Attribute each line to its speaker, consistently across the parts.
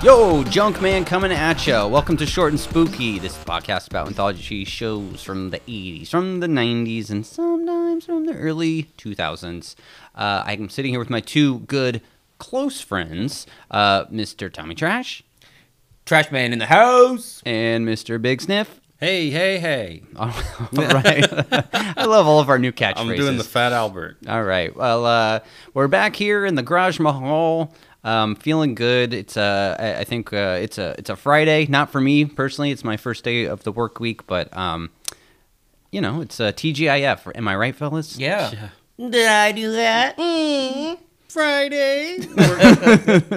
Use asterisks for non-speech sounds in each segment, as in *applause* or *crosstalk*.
Speaker 1: Yo, Junkman coming at ya. Welcome to Short and Spooky, this is a podcast about anthology shows from the 80s, from the 90s, and sometimes from the early 2000s. Uh, I'm sitting here with my two good close friends, uh, Mr. Tommy Trash
Speaker 2: Trash man in the house.
Speaker 1: and Mr. Big Sniff. *laughs*
Speaker 3: Hey, hey, hey.
Speaker 1: All right. I love all of our new catchphrases.
Speaker 3: I'm doing the Fat
Speaker 2: *laughs*
Speaker 3: Albert.
Speaker 1: All right. Well, uh, we're back here in the Garage Mahal. Um, feeling good. It's uh, I I think uh, it's a it's a Friday. Not for me personally. It's my first day of the work week, but um, you know, it's uh, TGIF. Am I right, fellas?
Speaker 2: Yeah.
Speaker 4: Did I do that? Friday.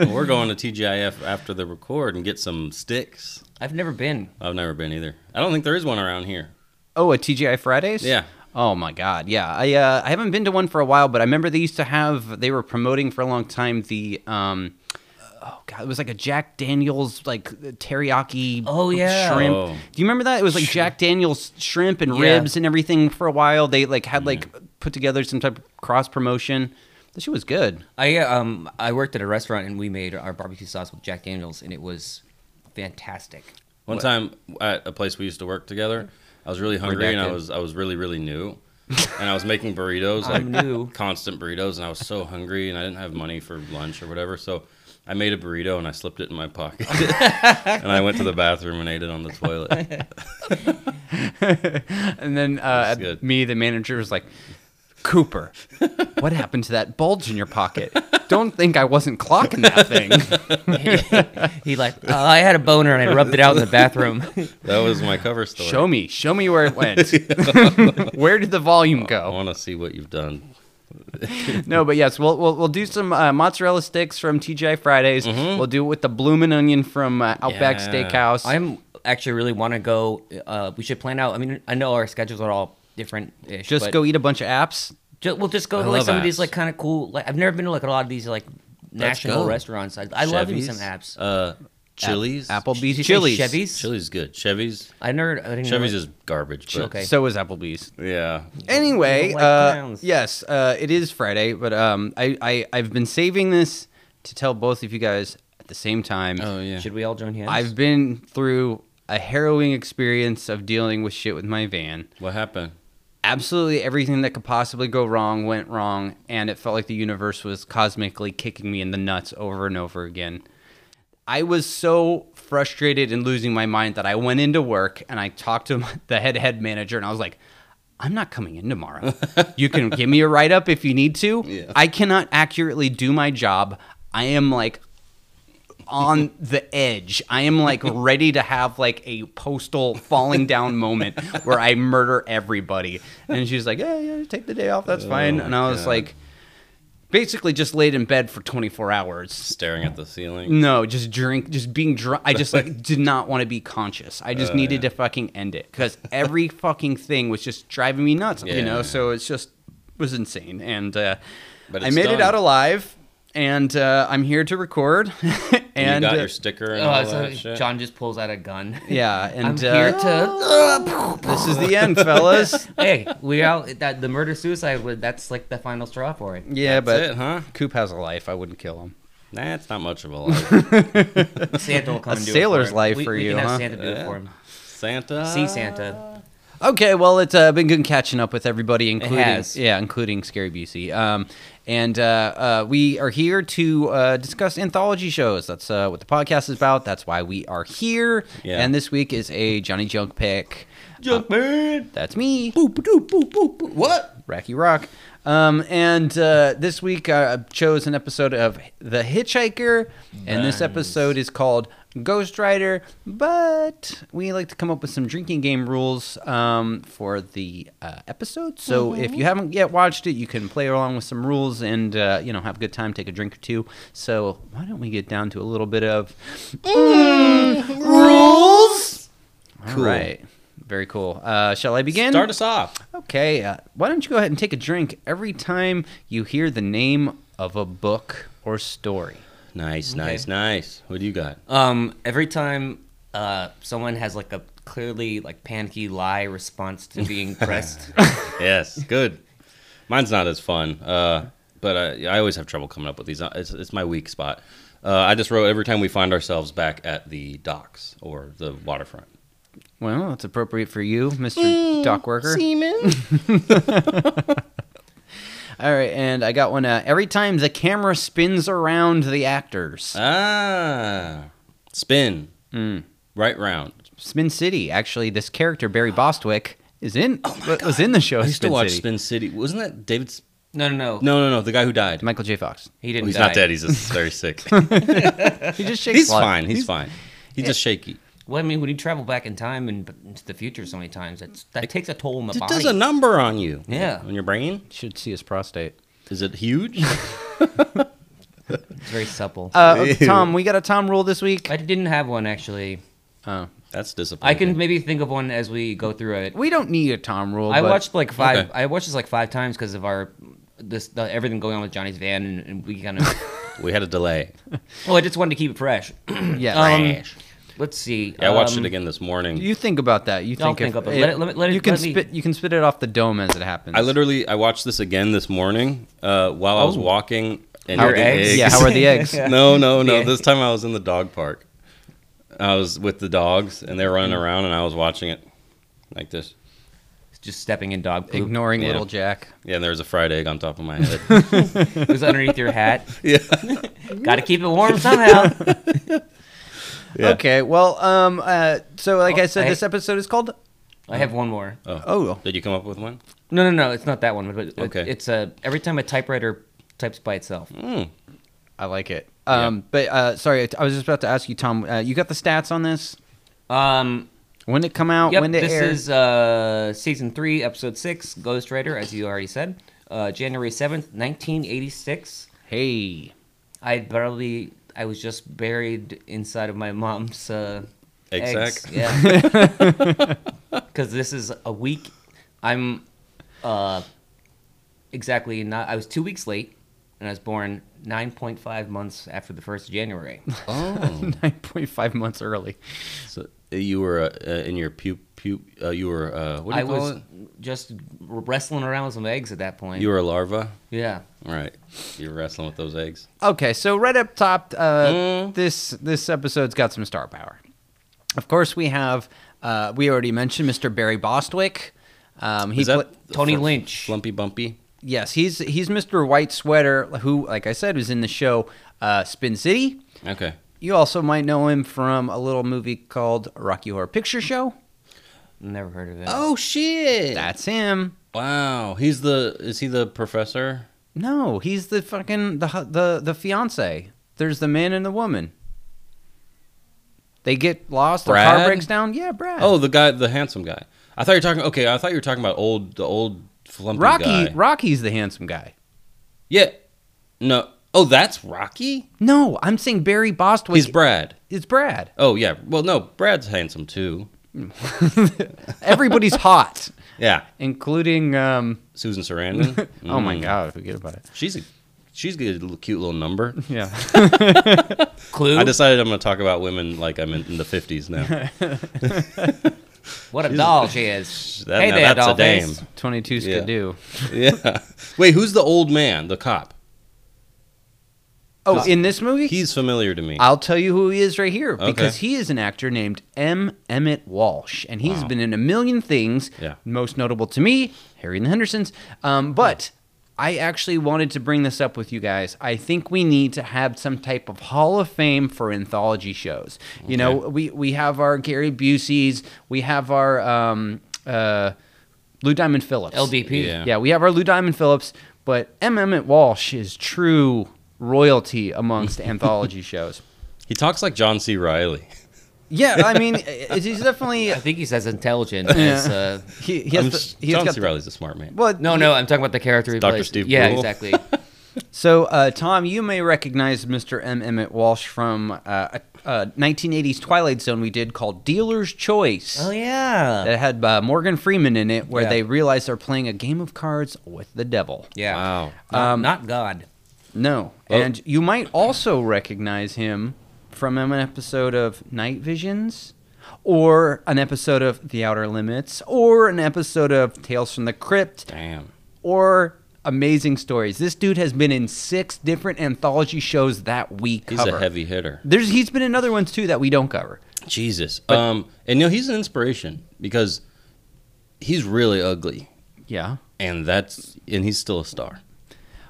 Speaker 3: We're going to TGIF after the record and get some sticks.
Speaker 2: I've never been.
Speaker 3: I've never been either. I don't think there is one around here.
Speaker 1: Oh, a TGI Fridays.
Speaker 3: Yeah.
Speaker 1: Oh my God. Yeah. I uh, I haven't been to one for a while, but I remember they used to have. They were promoting for a long time the um. Oh god, it was like a Jack Daniels like uh, teriyaki.
Speaker 2: Oh, yeah.
Speaker 1: shrimp.
Speaker 3: Oh.
Speaker 1: Do you remember that? It was like Jack Daniels shrimp and
Speaker 2: Yeah.
Speaker 1: ribs and everything for a while. They like had
Speaker 3: Mm.
Speaker 1: like put together some type of cross promotion. The shit was good.
Speaker 2: I uh, um I worked at a restaurant and we made our barbecue sauce with Jack Daniels and it was fantastic.
Speaker 3: One time at a place we used to work together, I was really hungry and I
Speaker 1: Redacted.
Speaker 3: was I was really really
Speaker 2: *laughs*
Speaker 3: new, and I was making burritos like
Speaker 2: I'm new.
Speaker 3: constant burritos, and I was so hungry and I didn't have money for lunch or whatever, so I made a burrito and I slipped it in my
Speaker 2: *laughs*
Speaker 3: pocket, and I went to the bathroom and ate it on the
Speaker 2: *laughs*
Speaker 3: toilet.
Speaker 1: And then uh,
Speaker 3: good.
Speaker 1: me, the manager, was like, Cooper, what happened to that bulge in your pocket? Don't think I wasn't clocking that thing.
Speaker 3: *laughs*
Speaker 2: He like uh, I had a boner and I rubbed it out in the
Speaker 3: *laughs*
Speaker 2: bathroom.
Speaker 3: That was my cover story.
Speaker 1: Show me, show me where it
Speaker 3: *laughs*
Speaker 1: went. *laughs* where did the volume
Speaker 3: Oh, I
Speaker 1: go?
Speaker 3: want to see what you've done.
Speaker 1: No, but yes, we'll we'll, we'll do some uh, mozzarella sticks from TGI Fridays. We'll do it with the bloomin' onion from uh, Outback
Speaker 3: Mm-hmm. Yeah.
Speaker 1: Steakhouse.
Speaker 2: I'm actually really want to go. Uh, we should plan out. I mean, I know our schedules are all different.
Speaker 1: just go eat a bunch of apps.
Speaker 2: Ju- we'll just go
Speaker 3: I
Speaker 2: to like
Speaker 3: love
Speaker 2: some of
Speaker 3: apps.
Speaker 2: these like kind of cool. Like I've never been to like a lot of these like national
Speaker 3: go.
Speaker 2: restaurants. I, I love me
Speaker 3: Chevy's,
Speaker 2: some apps.
Speaker 3: Uh, Chili's.
Speaker 2: Did you
Speaker 1: Applebee's,
Speaker 2: say
Speaker 1: Chili's.
Speaker 2: Chevy's.
Speaker 3: Chili's good. Chevy's.
Speaker 2: I never. I didn't
Speaker 3: Chevy's
Speaker 2: know.
Speaker 3: is garbage. But
Speaker 2: Okay.
Speaker 1: So is Applebee's.
Speaker 3: Yeah.
Speaker 1: Anyway,
Speaker 2: Little white
Speaker 1: uh,
Speaker 2: clowns.
Speaker 1: yes, uh, it is Friday, but um, I, I I've been saving this to tell both of you guys at the same time.
Speaker 3: Oh, yeah.
Speaker 2: Should we all join hands?
Speaker 1: I've been through a harrowing experience of dealing with shit with my van.
Speaker 3: What happened?
Speaker 1: Absolutely everything that could possibly go wrong went wrong, and it felt like the universe was cosmically kicking me in the nuts over and over again. I was so frustrated and losing my mind that I went into work and I talked to *laughs* my- the head head manager and I was like, I'm not coming in tomorrow. you can give me a write up if you need to.
Speaker 3: Yeah.
Speaker 1: I cannot accurately do my job. I am like on the edge. I am
Speaker 3: *laughs*
Speaker 1: like ready to have like a postal falling down moment where I murder everybody. And she's like, "Yeah, yeah, take the day off. That's fine."
Speaker 3: Oh,
Speaker 1: And I was
Speaker 3: God.
Speaker 1: like basically just laid in bed for 24 hours.
Speaker 3: Staring at the
Speaker 2: Mm,
Speaker 3: ceiling.
Speaker 1: No, just drink, just being drunk. I just
Speaker 3: *laughs*
Speaker 1: like did not want to be conscious. I just
Speaker 3: Oh,
Speaker 1: needed
Speaker 3: yeah.
Speaker 1: to fucking end it cuz every fucking thing was just driving me nuts, you
Speaker 3: Yeah.
Speaker 1: know? So it's just it was insane. And uh
Speaker 3: But
Speaker 1: I
Speaker 3: it's
Speaker 1: made it
Speaker 3: done.
Speaker 1: out alive. And uh, I'm here to record. *laughs* and
Speaker 3: you got
Speaker 1: uh,
Speaker 3: your sticker and all
Speaker 2: Oh,
Speaker 3: that
Speaker 2: so
Speaker 3: shit.
Speaker 2: John just pulls out a gun.
Speaker 3: *laughs*
Speaker 1: Yeah,
Speaker 2: I'm
Speaker 1: and
Speaker 2: here
Speaker 1: uh, *laughs*
Speaker 2: to.
Speaker 1: this is the end,
Speaker 2: *laughs*
Speaker 1: fellas.
Speaker 2: hey, we all that the murder suicide. would That's like the final straw
Speaker 1: *laughs*
Speaker 2: for it.
Speaker 1: Yeah,
Speaker 3: That's
Speaker 1: but
Speaker 3: it, huh?
Speaker 1: Coop has a life. I wouldn't kill him.
Speaker 3: Nah, it's not much of a
Speaker 2: *laughs*
Speaker 3: life.
Speaker 2: Santa will come.
Speaker 1: A
Speaker 2: and do
Speaker 1: sailor's
Speaker 2: it for him.
Speaker 1: life
Speaker 2: We-
Speaker 1: for
Speaker 2: we
Speaker 1: you,
Speaker 2: Can
Speaker 1: huh?
Speaker 2: have Santa do it for him.
Speaker 3: Santa.
Speaker 2: See Santa.
Speaker 1: Okay, well, it's uh, been good catching up with everybody, including
Speaker 2: has.
Speaker 1: yeah, including Scary Busey. Um, and uh, uh, we are here to uh, discuss anthology shows. That's uh, what the podcast is about. That's why we are here.
Speaker 3: Yeah.
Speaker 1: And this week is a Johnny Junk pick.
Speaker 2: Junkman.
Speaker 1: That's me.
Speaker 2: Boop doop boop boop. boop. What?
Speaker 1: Racky Rock. Um, and uh, this week I chose an episode of The Hitchhiker, and this episode is called Ghost Rider. But we like to come up with some drinking game rules um, for the uh, episode. So if you haven't yet watched it, you can play along with some rules and uh, you know have a good time, take a drink or two. So why don't we get down to a little bit of *laughs* rules? All
Speaker 3: Cool.
Speaker 1: right, very cool. Uh, shall I begin?
Speaker 3: Start us off.
Speaker 1: Okay, uh, why don't you go ahead and take a drink every time you hear the name of a book or story?
Speaker 3: Nice, nice, nice. What do you got?
Speaker 2: Um, every time uh someone has like a clearly like panicky lie response
Speaker 1: *laughs*
Speaker 2: to being pressed.
Speaker 3: yes, good. Mine's not as fun, uh, but I, I always have trouble coming up with these. It's, it's my weak spot. Uh, I just wrote every time we find ourselves back at the docks or the waterfront.
Speaker 1: Well, it's appropriate for you, Mr. Dock Worker.
Speaker 3: Seaman.
Speaker 1: *laughs* All right, and I got one. Uh, every time the camera spins around the actors,
Speaker 3: Uh. ah, spin.
Speaker 2: Hmm.
Speaker 3: Right round.
Speaker 1: Spin City. Actually, this character
Speaker 3: *gasps*
Speaker 1: Barry Bostwick is in. was in the show.
Speaker 3: Oh I used to
Speaker 1: Spin
Speaker 3: watch
Speaker 1: City.
Speaker 3: Spin City. Wasn't that David's?
Speaker 2: No, no, no.
Speaker 3: No, no, no. The guy who died.
Speaker 1: Michael J. Fox.
Speaker 2: He didn't.
Speaker 3: he's
Speaker 2: die.
Speaker 3: not dead. He's
Speaker 2: *laughs*
Speaker 3: just very sick.
Speaker 1: He
Speaker 3: *laughs*
Speaker 1: just shakes.
Speaker 3: he's
Speaker 1: a lot.
Speaker 3: fine. He's fine. He's just shaky.
Speaker 2: Well, I mean, when you travel back in time and b- into the future so many times, that's, that takes a toll on the
Speaker 3: It
Speaker 2: body.
Speaker 3: does a number on you.
Speaker 2: Yeah.
Speaker 3: On your brain.
Speaker 1: Should see his prostate.
Speaker 3: Is it
Speaker 2: *laughs*
Speaker 3: huge?
Speaker 2: It's very supple.
Speaker 1: Uh,
Speaker 3: Ew.
Speaker 1: Tom, we got a Tom rule this week.
Speaker 2: I didn't have one actually.
Speaker 1: Oh.
Speaker 3: That's
Speaker 2: I
Speaker 3: disappointing.
Speaker 2: can maybe think of one as we go through it.
Speaker 1: we don't need a Tom rule.
Speaker 2: I
Speaker 1: but-
Speaker 2: watched like five.
Speaker 3: Okay.
Speaker 2: I watched this like five times because of our this the, everything going on with Johnny's van, and, and
Speaker 3: *laughs*
Speaker 2: we kind of.
Speaker 3: We had a delay.
Speaker 2: well, I just wanted to keep
Speaker 3: *clears throat*
Speaker 2: it fresh.
Speaker 1: Yes.
Speaker 2: Um, let's see.
Speaker 3: Yeah, I watched
Speaker 2: Um,
Speaker 3: it again this morning.
Speaker 1: you think about that. You
Speaker 2: I'll
Speaker 1: think, if-
Speaker 2: think of it. Let it- let me- let it-
Speaker 1: you can
Speaker 2: let me-
Speaker 1: spit. You can spit it off the dome as it happens.
Speaker 3: I literally I watched this again this morning uh, while I was
Speaker 2: Oh.
Speaker 3: walking. And
Speaker 2: How are
Speaker 3: eating
Speaker 2: eggs?
Speaker 1: Yeah.
Speaker 3: *laughs*
Speaker 1: How are the eggs?
Speaker 2: *laughs* Yeah.
Speaker 3: No, no, no.
Speaker 2: Yeah.
Speaker 3: This time I was in the dog park. I was with the dogs and they were
Speaker 2: Mm.
Speaker 3: running around and I was watching it like this.
Speaker 2: just stepping in dog poop.
Speaker 1: Ignoring
Speaker 3: Yeah.
Speaker 1: little Jack.
Speaker 3: Yeah, and there was a fried egg on top of my
Speaker 2: *laughs*
Speaker 3: head.
Speaker 2: It was underneath your hat.
Speaker 3: *laughs*
Speaker 2: *laughs*
Speaker 3: yeah.
Speaker 2: Got to keep it warm somehow.
Speaker 3: *laughs* Yeah.
Speaker 1: Okay. Well, um, uh, so like I said,
Speaker 2: Oh, I-
Speaker 1: this episode is called.
Speaker 2: I have one more.
Speaker 1: Oh,
Speaker 3: Did you come up with one?
Speaker 2: No, no, no. It's not that one. But
Speaker 3: Okay.
Speaker 2: okay. It's a every time a typewriter types by itself.
Speaker 3: Mm.
Speaker 1: I like it. Um, but uh, sorry, I was just about to ask you, Tom. Uh, you got the stats on this?
Speaker 2: Um.
Speaker 1: When did it come out?
Speaker 2: Yep.
Speaker 1: when did it
Speaker 2: This
Speaker 1: air?
Speaker 2: is uh season three, episode six, Ghost Rider, as you already said. Uh, January seventh, nineteen eighty six.
Speaker 1: hey, *laughs*
Speaker 2: I barely. I was just buried inside of my mom's uh,
Speaker 3: Egg sack?
Speaker 2: Yeah.
Speaker 3: *laughs*
Speaker 2: Because this is a week. I'm uh, exactly not. I was two weeks late, and I was born nine point five months after the first of January.
Speaker 3: Oh.
Speaker 1: nine point five months early.
Speaker 3: so you were uh, uh, in your pup pup. Uh, you were uh, what do
Speaker 2: I
Speaker 3: you call
Speaker 2: was
Speaker 3: it?
Speaker 2: just wrestling around with some eggs at that point.
Speaker 3: You were a larva.
Speaker 2: yeah.
Speaker 3: Right. You were wrestling with those eggs.
Speaker 1: Okay, so right up top, uh,
Speaker 3: Mm.
Speaker 1: this this episode's got some star power. Of course, we have. Uh, we already mentioned Mr. Barry Bostwick. Um, he
Speaker 3: Is that
Speaker 1: pla-
Speaker 2: Tony
Speaker 3: fr-
Speaker 2: Lynch.
Speaker 3: Flumpy Bumpy?
Speaker 1: yes, he's he's Mr. White Sweater, who, like I said, was in the show uh, Spin City.
Speaker 3: Okay.
Speaker 1: You also might know him from a little movie called Rocky Horror Picture Show.
Speaker 2: Never heard of it.
Speaker 3: Oh shit!
Speaker 1: That's him.
Speaker 3: Wow, he's the is he the professor?
Speaker 1: No, he's the fucking the hu- the the fiance. There's the man and the woman. They get lost. Their car
Speaker 3: Brad?
Speaker 1: breaks down. Yeah, Brad.
Speaker 3: Oh, the guy, the handsome guy. I thought you were talking. Okay, I thought you were talking about old the old flumpy
Speaker 1: Rocky.
Speaker 3: guy.
Speaker 1: Rocky's the handsome guy.
Speaker 3: Yeah. No. Oh, that's Rocky.
Speaker 1: No, I'm saying Barry Bostwick.
Speaker 3: He's Brad.
Speaker 1: it's Brad.
Speaker 3: Oh yeah. Well, no, Brad's handsome too. *laughs*
Speaker 1: Everybody's hot,
Speaker 3: Yeah.
Speaker 1: including. Um,
Speaker 3: Susan Sarandon.
Speaker 1: *laughs* Oh my
Speaker 3: Mm.
Speaker 1: god, forget about it.
Speaker 3: She's a she's a good little- cute little
Speaker 1: *laughs*
Speaker 3: number. *laughs*
Speaker 1: Yeah.
Speaker 2: Clue.
Speaker 3: I decided I'm going to talk about women like I'm in, in the 50s
Speaker 1: *laughs*
Speaker 3: now.
Speaker 2: what a doll she is.
Speaker 3: That-
Speaker 2: hey
Speaker 3: now
Speaker 2: there,
Speaker 3: that's a
Speaker 2: doll
Speaker 3: dame.
Speaker 2: face.
Speaker 1: Twenty two
Speaker 3: Yeah.
Speaker 1: could do.
Speaker 3: *laughs* yeah. Wait, who's the old man? The cop.
Speaker 1: Oh, in this movie,
Speaker 3: He's familiar to me.
Speaker 1: I'll tell you who he is right here
Speaker 3: Okay.
Speaker 1: because he is an actor named M. Emmett Walsh, and he's
Speaker 3: Wow.
Speaker 1: been in a million things.
Speaker 3: Yeah.
Speaker 1: Most notable to me, Harry and the Hendersons. Um, but I actually wanted to bring this up with you guys. I think we need to have some type of Hall of Fame for anthology shows. You know, we we have our Gary Busey's, we have our um, uh, Lou Diamond Phillips.
Speaker 2: LDP.
Speaker 3: Yeah.
Speaker 1: Yeah, we have our Lou Diamond Phillips, but M. Emmett Walsh is true royalty amongst
Speaker 3: *laughs*
Speaker 1: anthology shows.
Speaker 3: he talks like John C. Riley.
Speaker 1: Yeah, I mean, i- he's definitely
Speaker 2: I think he's as intelligent as. Uh,
Speaker 1: he, he has
Speaker 3: I'm
Speaker 1: the,
Speaker 3: s-
Speaker 1: he's
Speaker 3: John
Speaker 1: got
Speaker 3: C.
Speaker 1: the-
Speaker 3: Riley's a smart man.
Speaker 1: well,
Speaker 2: no, no, I'm talking about the character. he
Speaker 3: Dr.
Speaker 2: plays.
Speaker 3: Steve
Speaker 2: Yeah,
Speaker 3: Brule. *laughs*
Speaker 2: exactly.
Speaker 1: So, uh, Tom, you may recognize Mr. M. Emmett Walsh from uh, a, a 1980s Twilight Zone we did called Dealer's Choice.
Speaker 2: oh yeah.
Speaker 1: That had uh, Morgan Freeman in it, where
Speaker 2: Yeah.
Speaker 1: they realize they're playing a game of cards with the devil.
Speaker 2: Yeah.
Speaker 3: Wow.
Speaker 2: Not,
Speaker 1: Um,
Speaker 2: not God.
Speaker 1: No,
Speaker 3: Oh.
Speaker 1: and you might also recognize him from an episode of Night Visions, or an episode of The Outer Limits, or an episode of Tales from the Crypt,
Speaker 3: Damn.
Speaker 1: or amazing stories. This dude has been in six different anthology shows that week.
Speaker 3: He's a heavy hitter.
Speaker 1: There's he's been in other ones too that we don't cover.
Speaker 3: Jesus. um, and you know he's an inspiration because he's really ugly,
Speaker 1: Yeah.
Speaker 3: and that's and he's still a star.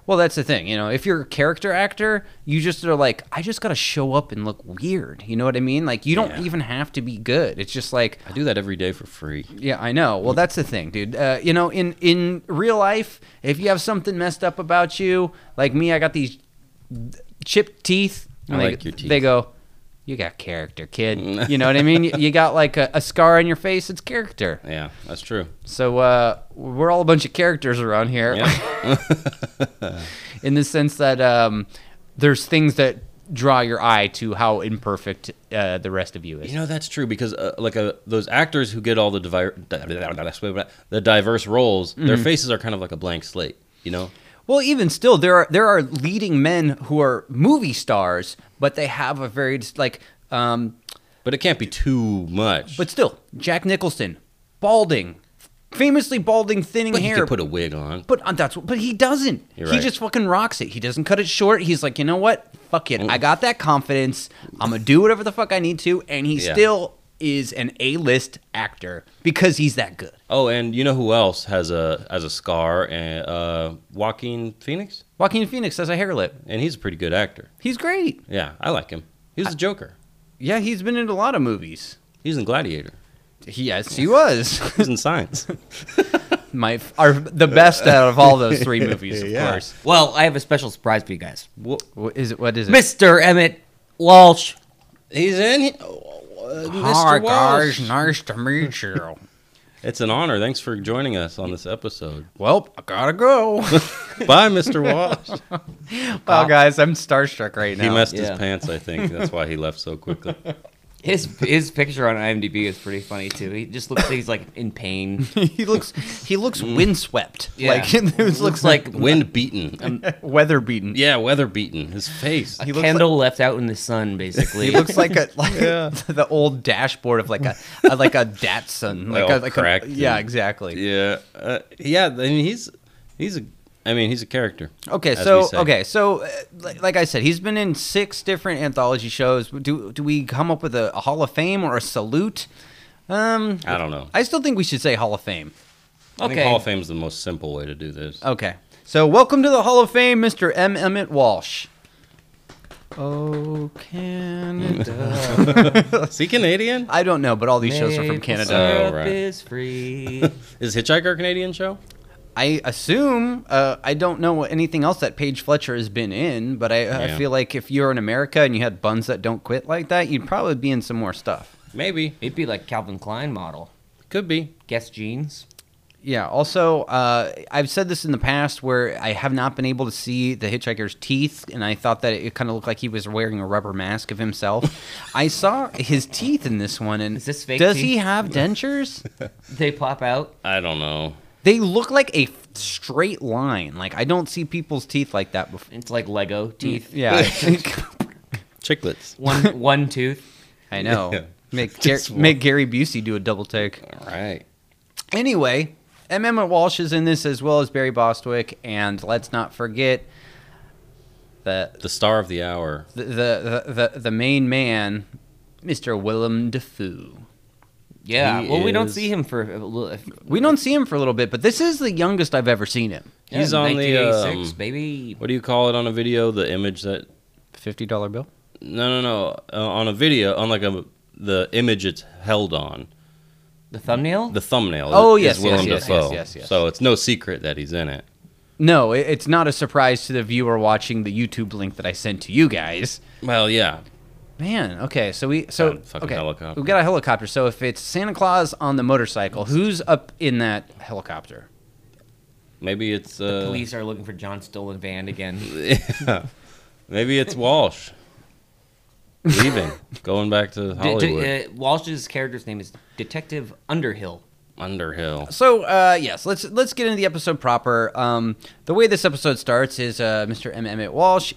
Speaker 1: Well, that's the thing. You know, if you're a character actor, you just are like, I just got to show up and look weird. You know what I mean? Like, you don't
Speaker 3: Yeah.
Speaker 1: even have to be good. It's just like,
Speaker 3: I do that every day for free.
Speaker 1: yeah, I know. Well, that's the thing, dude. Uh, you know, in in real life, if you have something messed up about you, like me, I got these chipped teeth.
Speaker 3: I
Speaker 1: they,
Speaker 3: like your teeth.
Speaker 1: They go, you got character, kid.
Speaker 3: *laughs*
Speaker 1: you know what I mean? You, you got like a, a scar on your face. It's character.
Speaker 3: Yeah, that's *laughs* true.
Speaker 1: So uh, we're all a bunch of characters around here.
Speaker 3: Yeah.
Speaker 1: *laughs* in the sense that um, there's things that draw your eye to how imperfect uh, the rest of you is.
Speaker 3: You know that's true because uh, like uh, those actors who get all the divi- di- the diverse roles, their faces are kind of like a blank slate. You know,
Speaker 1: well, even still, there are there are leading men who are movie stars, but they have a very just, like. Um,
Speaker 3: but it can't be too much.
Speaker 1: but still, Jack Nicholson, balding, famously balding, thinning
Speaker 3: But he
Speaker 1: hair.
Speaker 3: could put a wig on.
Speaker 1: but uh, that's what- but he doesn't.
Speaker 3: You're
Speaker 1: He
Speaker 3: right.
Speaker 1: just fucking rocks it. He doesn't cut it short. He's like, you know what? Fuck it. I got that confidence. I'm gonna do whatever the fuck I need to. And he
Speaker 3: Yeah.
Speaker 1: still is an A-list actor because he's that good.
Speaker 3: Oh, and you know who else has a has a scar? And uh, Joaquin Phoenix,
Speaker 1: Joaquin Phoenix has a hair lip.
Speaker 3: and he's a pretty good actor.
Speaker 1: He's great.
Speaker 3: Yeah, I like him. He's the Joker.
Speaker 1: Yeah, he's been in a lot of movies.
Speaker 3: He's in Gladiator.
Speaker 1: He, yes, he was
Speaker 3: He's *laughs* in Science.
Speaker 1: my our the best out of all those
Speaker 3: *laughs*
Speaker 1: three movies, of
Speaker 3: Yeah.
Speaker 1: course.
Speaker 2: Well, I have a special surprise for you guys.
Speaker 1: What is it? What is it?
Speaker 2: Mr. Emmett Walsh.
Speaker 3: He's in. he- oh, uh,
Speaker 1: Hi,
Speaker 3: Mr.
Speaker 1: guys.
Speaker 3: Walsh.
Speaker 1: Nice to meet you.
Speaker 3: It's an honor. Thanks for joining us on this episode.
Speaker 1: *laughs* well, I gotta go.
Speaker 3: *laughs*
Speaker 1: *laughs*
Speaker 3: Bye, Mr. Walsh.
Speaker 1: wow, guys, I'm starstruck right now.
Speaker 3: *laughs* He messed his
Speaker 2: Yeah.
Speaker 3: pants, I think. That's why he left so quickly.
Speaker 2: His his picture on IMDb is pretty funny too. He just looks like he's like in
Speaker 1: *laughs*
Speaker 2: pain.
Speaker 1: *laughs* he looks he looks
Speaker 3: Mm.
Speaker 1: windswept.
Speaker 2: Yeah.
Speaker 1: Like *laughs* it looks,
Speaker 3: *laughs*
Speaker 2: looks
Speaker 1: like
Speaker 2: like
Speaker 3: Wind beaten.
Speaker 1: weather beaten.
Speaker 3: Yeah, weather beaten. His face.
Speaker 2: a
Speaker 1: He looks
Speaker 2: candle left out in the sun, basically.
Speaker 1: He looks
Speaker 3: *laughs*
Speaker 1: like a like
Speaker 3: Yeah.
Speaker 1: *laughs* the old dashboard of like a, a like a Datsun,
Speaker 3: *laughs*
Speaker 1: like
Speaker 3: all
Speaker 1: a like
Speaker 3: cracked
Speaker 1: a, yeah,
Speaker 3: and-
Speaker 1: exactly.
Speaker 3: Yeah, uh, yeah. I mean, he's he's a. I mean, he's a character.
Speaker 1: Okay,
Speaker 3: as we
Speaker 1: so
Speaker 3: say.
Speaker 1: okay, so uh, li- like I said, he's been in six different anthology shows. Do do we come up with a, a Hall of Fame or a salute? Um,
Speaker 3: I don't know.
Speaker 1: I still think we should say Hall of Fame.
Speaker 3: I think
Speaker 2: Okay.
Speaker 3: Hall of Fame is the most simple way to do this.
Speaker 1: Okay, so welcome to the Hall of Fame, Mr. M. Emmett Walsh. Oh Canada!
Speaker 2: Oh,
Speaker 3: Is he Canadian?
Speaker 1: *laughs* I don't know, but all these shows are from
Speaker 2: Maple
Speaker 1: Canada.
Speaker 2: syrup
Speaker 3: Oh, right.
Speaker 2: is free.
Speaker 3: Is Hitchhiker a Canadian show?
Speaker 1: I assume uh, I don't know anything else that Paige Fletcher has been in, but I, I
Speaker 3: Yeah.
Speaker 1: feel like if you're in America and you had buns that don't quit like that, you'd probably be in some more stuff.
Speaker 3: Maybe.
Speaker 2: It'd be like Calvin Klein model.
Speaker 3: Could be.
Speaker 2: Guess jeans.
Speaker 1: Yeah. Also, uh, I've said this in the past where I have not been able to see the hitchhiker's teeth, and I thought that it kind of looked like he was wearing a rubber mask of himself.
Speaker 2: *laughs*
Speaker 1: I saw his teeth in this one, and
Speaker 2: Is this fake
Speaker 1: does
Speaker 2: teeth?
Speaker 1: he
Speaker 2: *laughs*
Speaker 1: have dentures?
Speaker 2: They pop out.
Speaker 3: I don't know.
Speaker 1: they look like a f- straight line. Like I don't see people's teeth like that before.
Speaker 2: It's like Lego
Speaker 3: Mm,
Speaker 2: teeth.
Speaker 1: Yeah,
Speaker 2: *laughs*
Speaker 1: I think-
Speaker 3: Chicklets. *laughs*
Speaker 2: One one tooth.
Speaker 1: I know.
Speaker 3: Yeah.
Speaker 2: *laughs*
Speaker 1: Make Gar-
Speaker 3: Just one.
Speaker 1: make Gary Busey do a double take.
Speaker 3: All right.
Speaker 1: Anyway, M. Emmett Walsh is in this as well as Barry Bostwick, and let's not forget the
Speaker 3: The star of the hour.
Speaker 1: the the the, the main man, Mr. Willem Dafoe.
Speaker 2: Yeah.
Speaker 3: He
Speaker 2: well, we don't
Speaker 3: is-
Speaker 2: see him for a little.
Speaker 1: We don't see him for a little bit, but this is the youngest I've ever seen him.
Speaker 2: yeah,
Speaker 3: He's on the,
Speaker 2: 1986,
Speaker 3: um,
Speaker 2: baby.
Speaker 3: What do you call it on a video? The image that
Speaker 1: Fifty dollar bill.
Speaker 3: no no no uh, on a video on like a the image it's held on
Speaker 2: The thumbnail.
Speaker 3: the thumbnail.
Speaker 1: Oh,
Speaker 3: is
Speaker 1: yes, yes,
Speaker 3: Willem
Speaker 1: yes,
Speaker 3: Dafoe.
Speaker 1: yes, yes, yes.
Speaker 3: So it's no secret that he's in it.
Speaker 1: No, it, it's not a surprise to the viewer watching the YouTube link that I sent to you guys.
Speaker 3: Well, yeah.
Speaker 1: Man, okay, so we so
Speaker 3: Got a fucking
Speaker 1: okay,
Speaker 3: helicopter.
Speaker 1: we got a helicopter. So if it's Santa Claus on the motorcycle, who's up in that helicopter?
Speaker 3: Maybe it's uh,
Speaker 2: Police are looking for John Stolen
Speaker 3: *laughs*
Speaker 2: Van again.
Speaker 3: Maybe it's Walsh leaving, *laughs* going back to
Speaker 2: De-
Speaker 3: Hollywood.
Speaker 2: de- uh, Walsh's character's name is Detective Underhill.
Speaker 3: Underhill.
Speaker 1: So uh, yes, let's let's get into the episode proper. Um, the way this episode starts is uh, Mr. M. Emmett Walsh.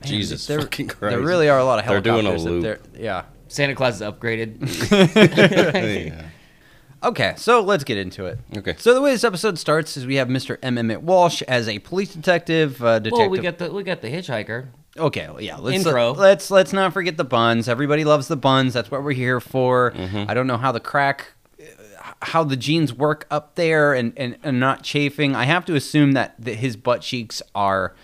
Speaker 1: Man,
Speaker 3: Jesus
Speaker 1: there,
Speaker 3: fucking
Speaker 1: There
Speaker 3: Christ.
Speaker 1: really are a lot of
Speaker 3: They're
Speaker 1: helicopters
Speaker 3: doing a
Speaker 1: up
Speaker 3: loop.
Speaker 2: *laughs*
Speaker 1: there. *laughs* Yeah.
Speaker 2: Santa Claus is upgraded.
Speaker 3: *laughs* Yeah.
Speaker 1: Okay, so let's get into it.
Speaker 3: Okay.
Speaker 1: So the way this episode starts is we have Mr. M. Emmett Walsh as a police detective. Uh, detective.
Speaker 2: Well, we got the we got the hitchhiker.
Speaker 1: Okay, well, yeah. Let's,
Speaker 2: Intro.
Speaker 1: Let's let's not forget the buns. Everybody loves the buns. That's what we're here for.
Speaker 2: Mm-hmm.
Speaker 1: I don't know how the crack, uh, how the genes work up there, and, and and not chafing. I have to assume that that his butt cheeks are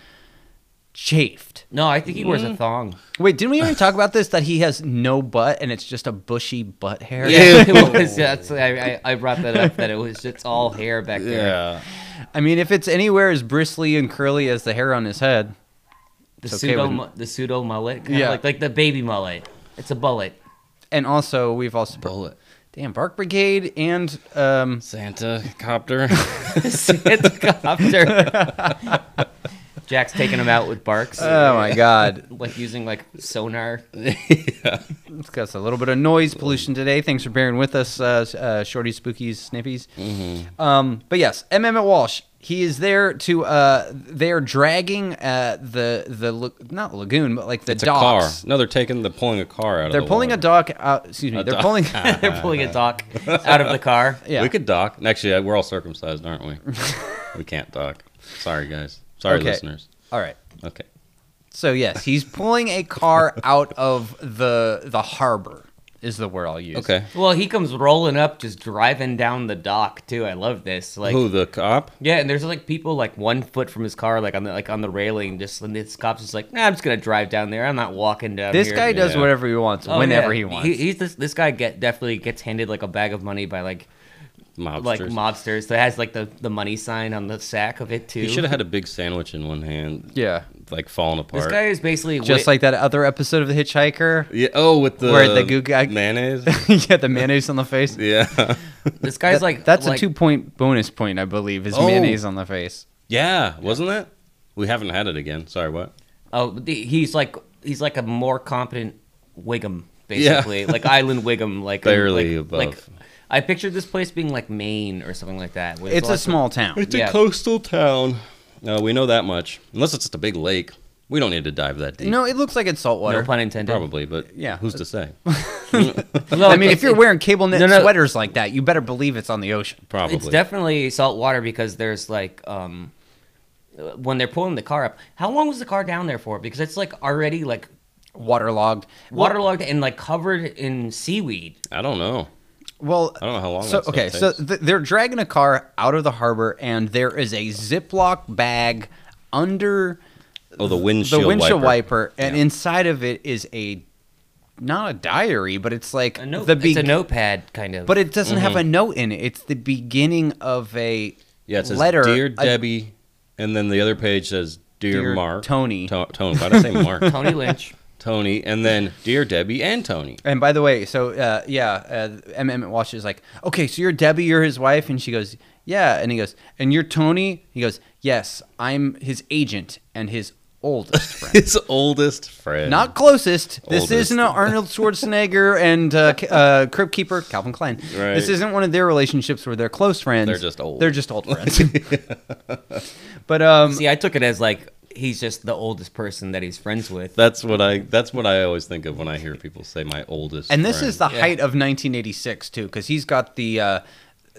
Speaker 1: chafed.
Speaker 2: No, I think he wears
Speaker 3: Mm.
Speaker 2: a thong.
Speaker 1: Wait, didn't we even talk about this? That he has no butt and it's just a bushy butt hair.
Speaker 2: Yeah, *laughs* it was, that's, I, I, I brought that up that it was it's all hair back there.
Speaker 3: *laughs* Yeah.
Speaker 1: I mean, if it's anywhere as bristly and curly as the hair on his head,
Speaker 2: the
Speaker 1: It's okay
Speaker 2: pseudo
Speaker 1: with
Speaker 2: mu- the pseudo mullet, kinda
Speaker 1: Yeah.
Speaker 2: like like the baby mullet. It's a bullet.
Speaker 1: *laughs* and also we've also
Speaker 3: Bullet.
Speaker 1: damn Bark Brigade and um
Speaker 3: Santa copter. *laughs*
Speaker 2: Santa copter. *laughs* Jack's taking him out with barks,
Speaker 1: oh my god,
Speaker 2: *laughs* like using like
Speaker 1: *laughs*
Speaker 2: sonar.
Speaker 3: yeah.
Speaker 1: It's got a little bit of noise pollution today. Thanks for bearing with us, uh, uh, Shorty Spookies Snippies.
Speaker 3: Mm-hmm.
Speaker 1: Um, but yes, M. Emmett Walsh. He is there to. Uh, they are dragging uh, the the la- not lagoon, but like the
Speaker 3: It's
Speaker 1: docks.
Speaker 3: a car. No, they're taking the pulling a car out.
Speaker 1: They're
Speaker 3: of the
Speaker 1: pulling a
Speaker 3: water.
Speaker 1: dock out. Excuse me.
Speaker 3: A
Speaker 1: they're
Speaker 3: dock. *laughs*
Speaker 1: pulling. *laughs*
Speaker 2: They're *laughs* pulling a dock out of the car.
Speaker 1: yeah.
Speaker 3: We could dock. Actually, uh, we're all circumcised,
Speaker 1: *laughs*
Speaker 3: aren't we? we can't dock. Sorry, guys. Sorry,
Speaker 1: Okay.
Speaker 3: listeners.
Speaker 1: All right.
Speaker 3: Okay.
Speaker 1: So yes, he's pulling a
Speaker 3: *laughs*
Speaker 1: car out of the the harbor. Is the word I'll use.
Speaker 3: Okay.
Speaker 2: Well, he comes rolling up, just driving down the dock too. I love this. Like,
Speaker 3: Who the cop?
Speaker 2: yeah, and there's like people like one foot from his car, like on the like on the railing. Just and this cop's just like, nah, I'm just gonna drive down there. I'm not walking down.
Speaker 1: This
Speaker 2: here."
Speaker 1: guy does
Speaker 3: Yeah.
Speaker 1: whatever he wants,
Speaker 2: Oh,
Speaker 1: whenever
Speaker 2: yeah.
Speaker 1: he wants.
Speaker 2: he's this this guy get definitely gets handed like a bag of money by like
Speaker 3: Mobsters.
Speaker 2: like mobsters that has like the, the money sign on the sack of it too.
Speaker 3: he should have had a big sandwich in one hand.
Speaker 1: yeah.
Speaker 3: Like falling
Speaker 2: This
Speaker 3: apart.
Speaker 2: guy is basically
Speaker 1: Just
Speaker 2: wait-
Speaker 1: like that other episode of The Hitchhiker. *laughs*
Speaker 3: Yeah. Oh, with the
Speaker 1: Where the goo guy- *laughs*
Speaker 3: mayonnaise.
Speaker 1: yeah, the mayonnaise on the face. *laughs*
Speaker 3: yeah.
Speaker 2: this guy's
Speaker 1: That-
Speaker 2: like
Speaker 1: that's
Speaker 2: like,
Speaker 1: a two point bonus point, I believe, is
Speaker 3: Oh.
Speaker 1: mayonnaise on the face.
Speaker 3: Yeah. Wasn't that? We haven't had it again. Sorry. What?
Speaker 2: Oh, the- he's like he's like a more competent Wiggum
Speaker 1: *laughs*
Speaker 2: basically, like Island Wiggum, like
Speaker 3: Barely
Speaker 2: like,
Speaker 3: above.
Speaker 2: Like, I pictured this place being like Maine or something like that. with
Speaker 1: It's a
Speaker 2: lots of-
Speaker 1: small town.
Speaker 3: It's
Speaker 2: Yeah.
Speaker 3: a coastal town. No, we know that much. Unless it's just a big lake. We don't need to dive that deep.
Speaker 1: No, it looks like it's saltwater.
Speaker 2: no pun intended.
Speaker 3: Probably, but
Speaker 1: Yeah.
Speaker 3: who's
Speaker 1: *laughs*
Speaker 3: to say?
Speaker 2: *laughs* No,
Speaker 1: I mean,
Speaker 2: it's-
Speaker 1: if you're wearing cable knit
Speaker 2: No, no.
Speaker 1: sweaters like that, you better believe it's on the ocean.
Speaker 3: Probably.
Speaker 2: It's definitely salt water because there's like um uh, when they're pulling the car up. How long was the car down there for? Because it's like already like
Speaker 1: Waterlogged.
Speaker 2: waterlogged and like covered in seaweed.
Speaker 3: I don't know.
Speaker 1: Well,
Speaker 3: I don't know how long.
Speaker 1: so
Speaker 3: that stuff
Speaker 1: okay, so
Speaker 3: takes.
Speaker 1: th- they're dragging a car out of the harbor, and there is a Ziploc bag under
Speaker 3: oh, the windshield,
Speaker 1: the windshield
Speaker 3: wiper.
Speaker 1: wiper, and inside of it is a not a diary, but it's like
Speaker 2: A note,
Speaker 1: the
Speaker 2: it's a
Speaker 1: beg-
Speaker 2: notepad kind of.
Speaker 1: But it doesn't have a note in it. It's the beginning of a
Speaker 3: Yeah, it says
Speaker 1: letter.
Speaker 3: "Dear
Speaker 1: a-
Speaker 3: Debbie," and then the other page says "Dear,
Speaker 1: Dear
Speaker 3: Mark
Speaker 1: Tony."
Speaker 3: To- Tony. Why did I
Speaker 1: *laughs*
Speaker 3: say Mark?
Speaker 2: *laughs*
Speaker 3: *laughs*
Speaker 2: Tony Lynch.
Speaker 3: Tony, and then "Dear Debbie"
Speaker 1: *laughs*
Speaker 3: and Tony.
Speaker 1: And by the way, so uh, yeah, uh, M. Emmett Walsh is like, okay, so you're Debbie, you're his wife, and she goes, yeah, and he goes, and you're Tony. He goes, yes, I'm his agent and his
Speaker 3: *laughs*
Speaker 1: oldest friend,
Speaker 3: His oldest friend.
Speaker 1: not closest. This
Speaker 3: Oldest.
Speaker 1: isn't a Arnold Schwarzenegger and uh, K- uh, Crypt Keeper Calvin Klein.
Speaker 3: Right.
Speaker 1: This isn't one of their relationships where they're close friends.
Speaker 3: They're just old.
Speaker 1: They're just old
Speaker 3: *laughs*
Speaker 1: friends. but um,
Speaker 2: See, I took it as like he's just the oldest person that he's friends with.
Speaker 3: That's what I. That's what I always think of when I hear people say my oldest.
Speaker 1: And this
Speaker 3: friend.
Speaker 1: is the
Speaker 2: Yeah.
Speaker 1: height of 1986 too, because he's got the uh,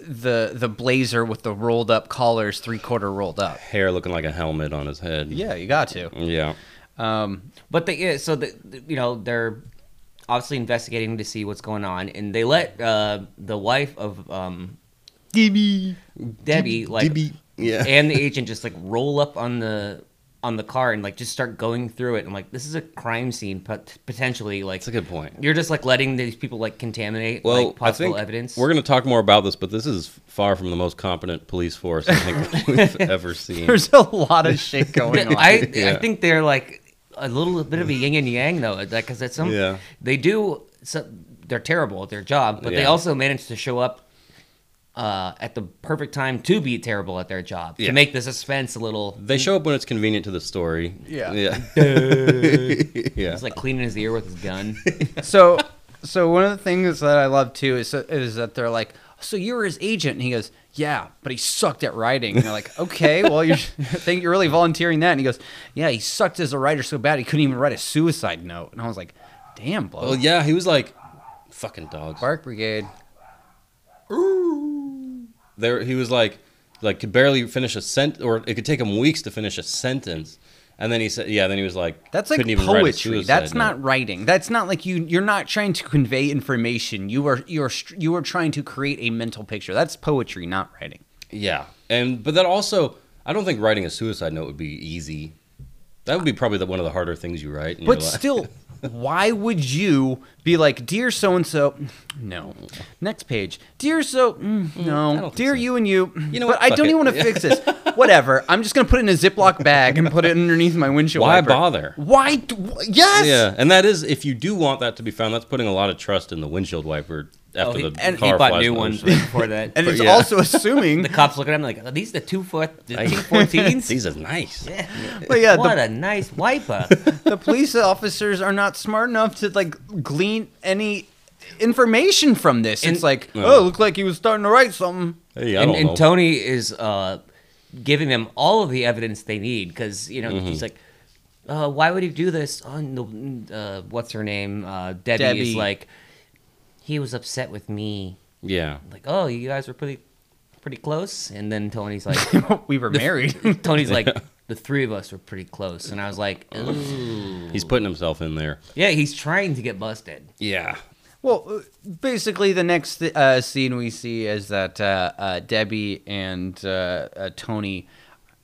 Speaker 1: the the blazer with the rolled up collars, three quarter rolled up.
Speaker 3: hair looking like a helmet on his head.
Speaker 1: Yeah, you got to.
Speaker 3: Yeah.
Speaker 1: Um,
Speaker 2: But they yeah, so the, the- you know they're obviously investigating to see what's going on, and they let uh, the wife of um,
Speaker 3: Debbie.
Speaker 2: Debbie like
Speaker 3: Yeah. *laughs*
Speaker 2: and the agent just like roll up on the on the car and like just start going through it. I'm like, this is a crime scene, but potentially like
Speaker 3: That's a good point.
Speaker 2: you're just like letting these people like contaminate
Speaker 3: Well,
Speaker 2: like
Speaker 3: I
Speaker 2: possible
Speaker 3: think
Speaker 2: evidence.
Speaker 3: We're going to talk more about this, but this is far from the most competent police force
Speaker 1: *laughs*
Speaker 3: I think we've ever
Speaker 1: *laughs*
Speaker 3: seen.
Speaker 1: there's a lot of shit going on.
Speaker 2: I
Speaker 1: *laughs*
Speaker 2: I
Speaker 3: Yeah.
Speaker 2: think they're like a little bit of a yin and yang though, like because it's some
Speaker 3: Yeah.
Speaker 2: they do so, they're terrible at their job, but they
Speaker 3: Yeah.
Speaker 2: also manage to show up uh, at the perfect time to be terrible at their job
Speaker 3: Yeah.
Speaker 2: to make the suspense a little.
Speaker 3: They show up when it's convenient to the story.
Speaker 1: Yeah.
Speaker 3: Yeah. *laughs* yeah.
Speaker 2: He's like cleaning his ear with his
Speaker 3: *laughs*
Speaker 2: gun.
Speaker 1: so so one of the things that I love too is is that they're like, so you were his agent, and he goes, yeah, but he sucked at writing. And they're like, *laughs* okay, well you're I think you're really volunteering that. And he goes, yeah, he sucked as a writer so bad he couldn't even write a suicide note. And I was like, damn, blow.
Speaker 3: well, yeah, he was like, fucking dogs.
Speaker 1: Bark Brigade.
Speaker 3: there he was like like could barely finish a sent or it could take him weeks to finish a sentence. And then he said, yeah. Then he was like,
Speaker 1: That's like
Speaker 3: couldn't even write a
Speaker 1: poetry.
Speaker 3: suicide
Speaker 1: That's
Speaker 3: note.
Speaker 1: not writing. That's not like you. You're not trying to convey information. You are you are str- you are trying to create a mental picture. That's poetry, not writing.
Speaker 3: Yeah, and but that also, I don't think writing a suicide note would be easy. That would be probably the, one of the harder things you write. in
Speaker 1: But
Speaker 3: your life. *laughs*
Speaker 1: still, why would you be like, dear so and so? No. Next page, dear so. mm,
Speaker 3: I
Speaker 1: no.
Speaker 3: don't think
Speaker 1: Dear
Speaker 3: so.
Speaker 1: you and you.
Speaker 3: You know
Speaker 1: but
Speaker 3: what?
Speaker 1: I
Speaker 3: Fuck
Speaker 1: don't
Speaker 3: it.
Speaker 1: even want to fix
Speaker 3: *laughs*
Speaker 1: this. Whatever. I'm just gonna put it in a Ziploc bag and put it underneath my windshield.
Speaker 3: why
Speaker 1: wiper.
Speaker 3: bother?
Speaker 1: Why? d- wh- Yes.
Speaker 3: Yeah, and that is if you do want that to be found, that's putting a lot of trust in the windshield wiper after
Speaker 2: Oh, he,
Speaker 3: the
Speaker 2: and he
Speaker 3: car
Speaker 2: bought
Speaker 3: flies
Speaker 2: new
Speaker 3: by.
Speaker 2: ones right
Speaker 3: *laughs*
Speaker 2: before that.
Speaker 1: And
Speaker 3: But
Speaker 1: it's
Speaker 3: yeah.
Speaker 1: also assuming.
Speaker 3: *laughs*
Speaker 2: the cops looking at him like, are these the two foot, the
Speaker 3: Hey.
Speaker 2: two
Speaker 3: *laughs*
Speaker 2: fourteens? *laughs*
Speaker 3: These are nice.
Speaker 1: But yeah, the-
Speaker 2: what a nice wiper.
Speaker 3: *laughs*
Speaker 1: the police officers are not smart enough to like glean any information from this.
Speaker 2: And-
Speaker 1: it's like,
Speaker 3: No.
Speaker 1: oh, it looked like he was starting to write something. *laughs*
Speaker 3: Hey, I
Speaker 2: and,
Speaker 3: don't
Speaker 2: and
Speaker 3: know.
Speaker 2: Tony is uh, giving them all of the evidence they need because you know
Speaker 3: Mm-hmm.
Speaker 2: he's like, uh, why would he do this? On the uh, what's her name, uh, Debbie,
Speaker 1: Debbie.
Speaker 2: is like, he was upset with me.
Speaker 3: yeah,
Speaker 2: Like, oh, you guys were pretty, pretty close. And then
Speaker 3: *laughs*
Speaker 2: Tony's like,
Speaker 1: we were married. *laughs*
Speaker 2: *laughs* Tony's like, the three of us were pretty close. And I was like, ooh,
Speaker 3: he's putting himself in there.
Speaker 2: yeah, he's trying to get busted.
Speaker 3: Yeah,
Speaker 1: well, uh, basically, the next uh, scene we see is that uh, uh, Debbie and uh, uh, Tony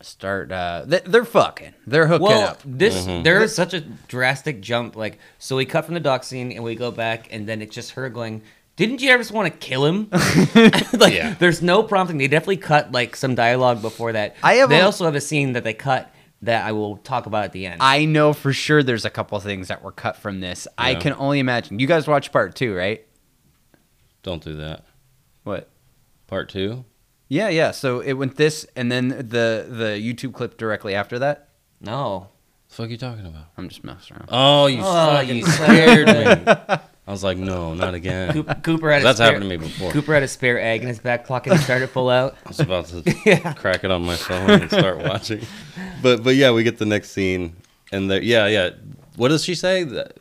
Speaker 1: start. Uh, th- they're fucking. They're hooking
Speaker 2: well,
Speaker 1: up.
Speaker 2: this
Speaker 3: Mm-hmm.
Speaker 2: there is such a drastic jump. Like, so we cut from the dock scene and we go back, and then it's just her going. Didn't you ever just want to
Speaker 1: *laughs*
Speaker 2: kill him? *laughs* like,
Speaker 3: Yeah.
Speaker 2: there's no prompting. They definitely cut like some dialogue before that.
Speaker 1: I have
Speaker 2: They
Speaker 1: a-
Speaker 2: also have a scene that they cut that I will talk about at the end.
Speaker 1: I know for sure there's a couple things that were cut from this. I
Speaker 3: Yeah.
Speaker 1: can only imagine. You guys watched part two, right?
Speaker 3: don't do that.
Speaker 1: What?
Speaker 3: Part two.
Speaker 1: Yeah, yeah. So it went this, and then the the YouTube clip directly after that.
Speaker 2: no.
Speaker 3: The fuck you talking about?
Speaker 1: I'm just messing around.
Speaker 3: Oh, you
Speaker 2: Oh,
Speaker 3: fucking
Speaker 2: you
Speaker 3: scared
Speaker 2: *laughs*
Speaker 3: me. I was like, no, not again.
Speaker 2: Coop- Cooper had a
Speaker 3: That's
Speaker 2: spare,
Speaker 3: happened to me before.
Speaker 2: Cooper had a spare egg in his back pocket and started to
Speaker 1: *laughs*
Speaker 2: pull out.
Speaker 3: I was about to
Speaker 2: *laughs*
Speaker 3: crack it on my phone and start watching. But but yeah, we get the next scene, and there yeah yeah. What does she say? That-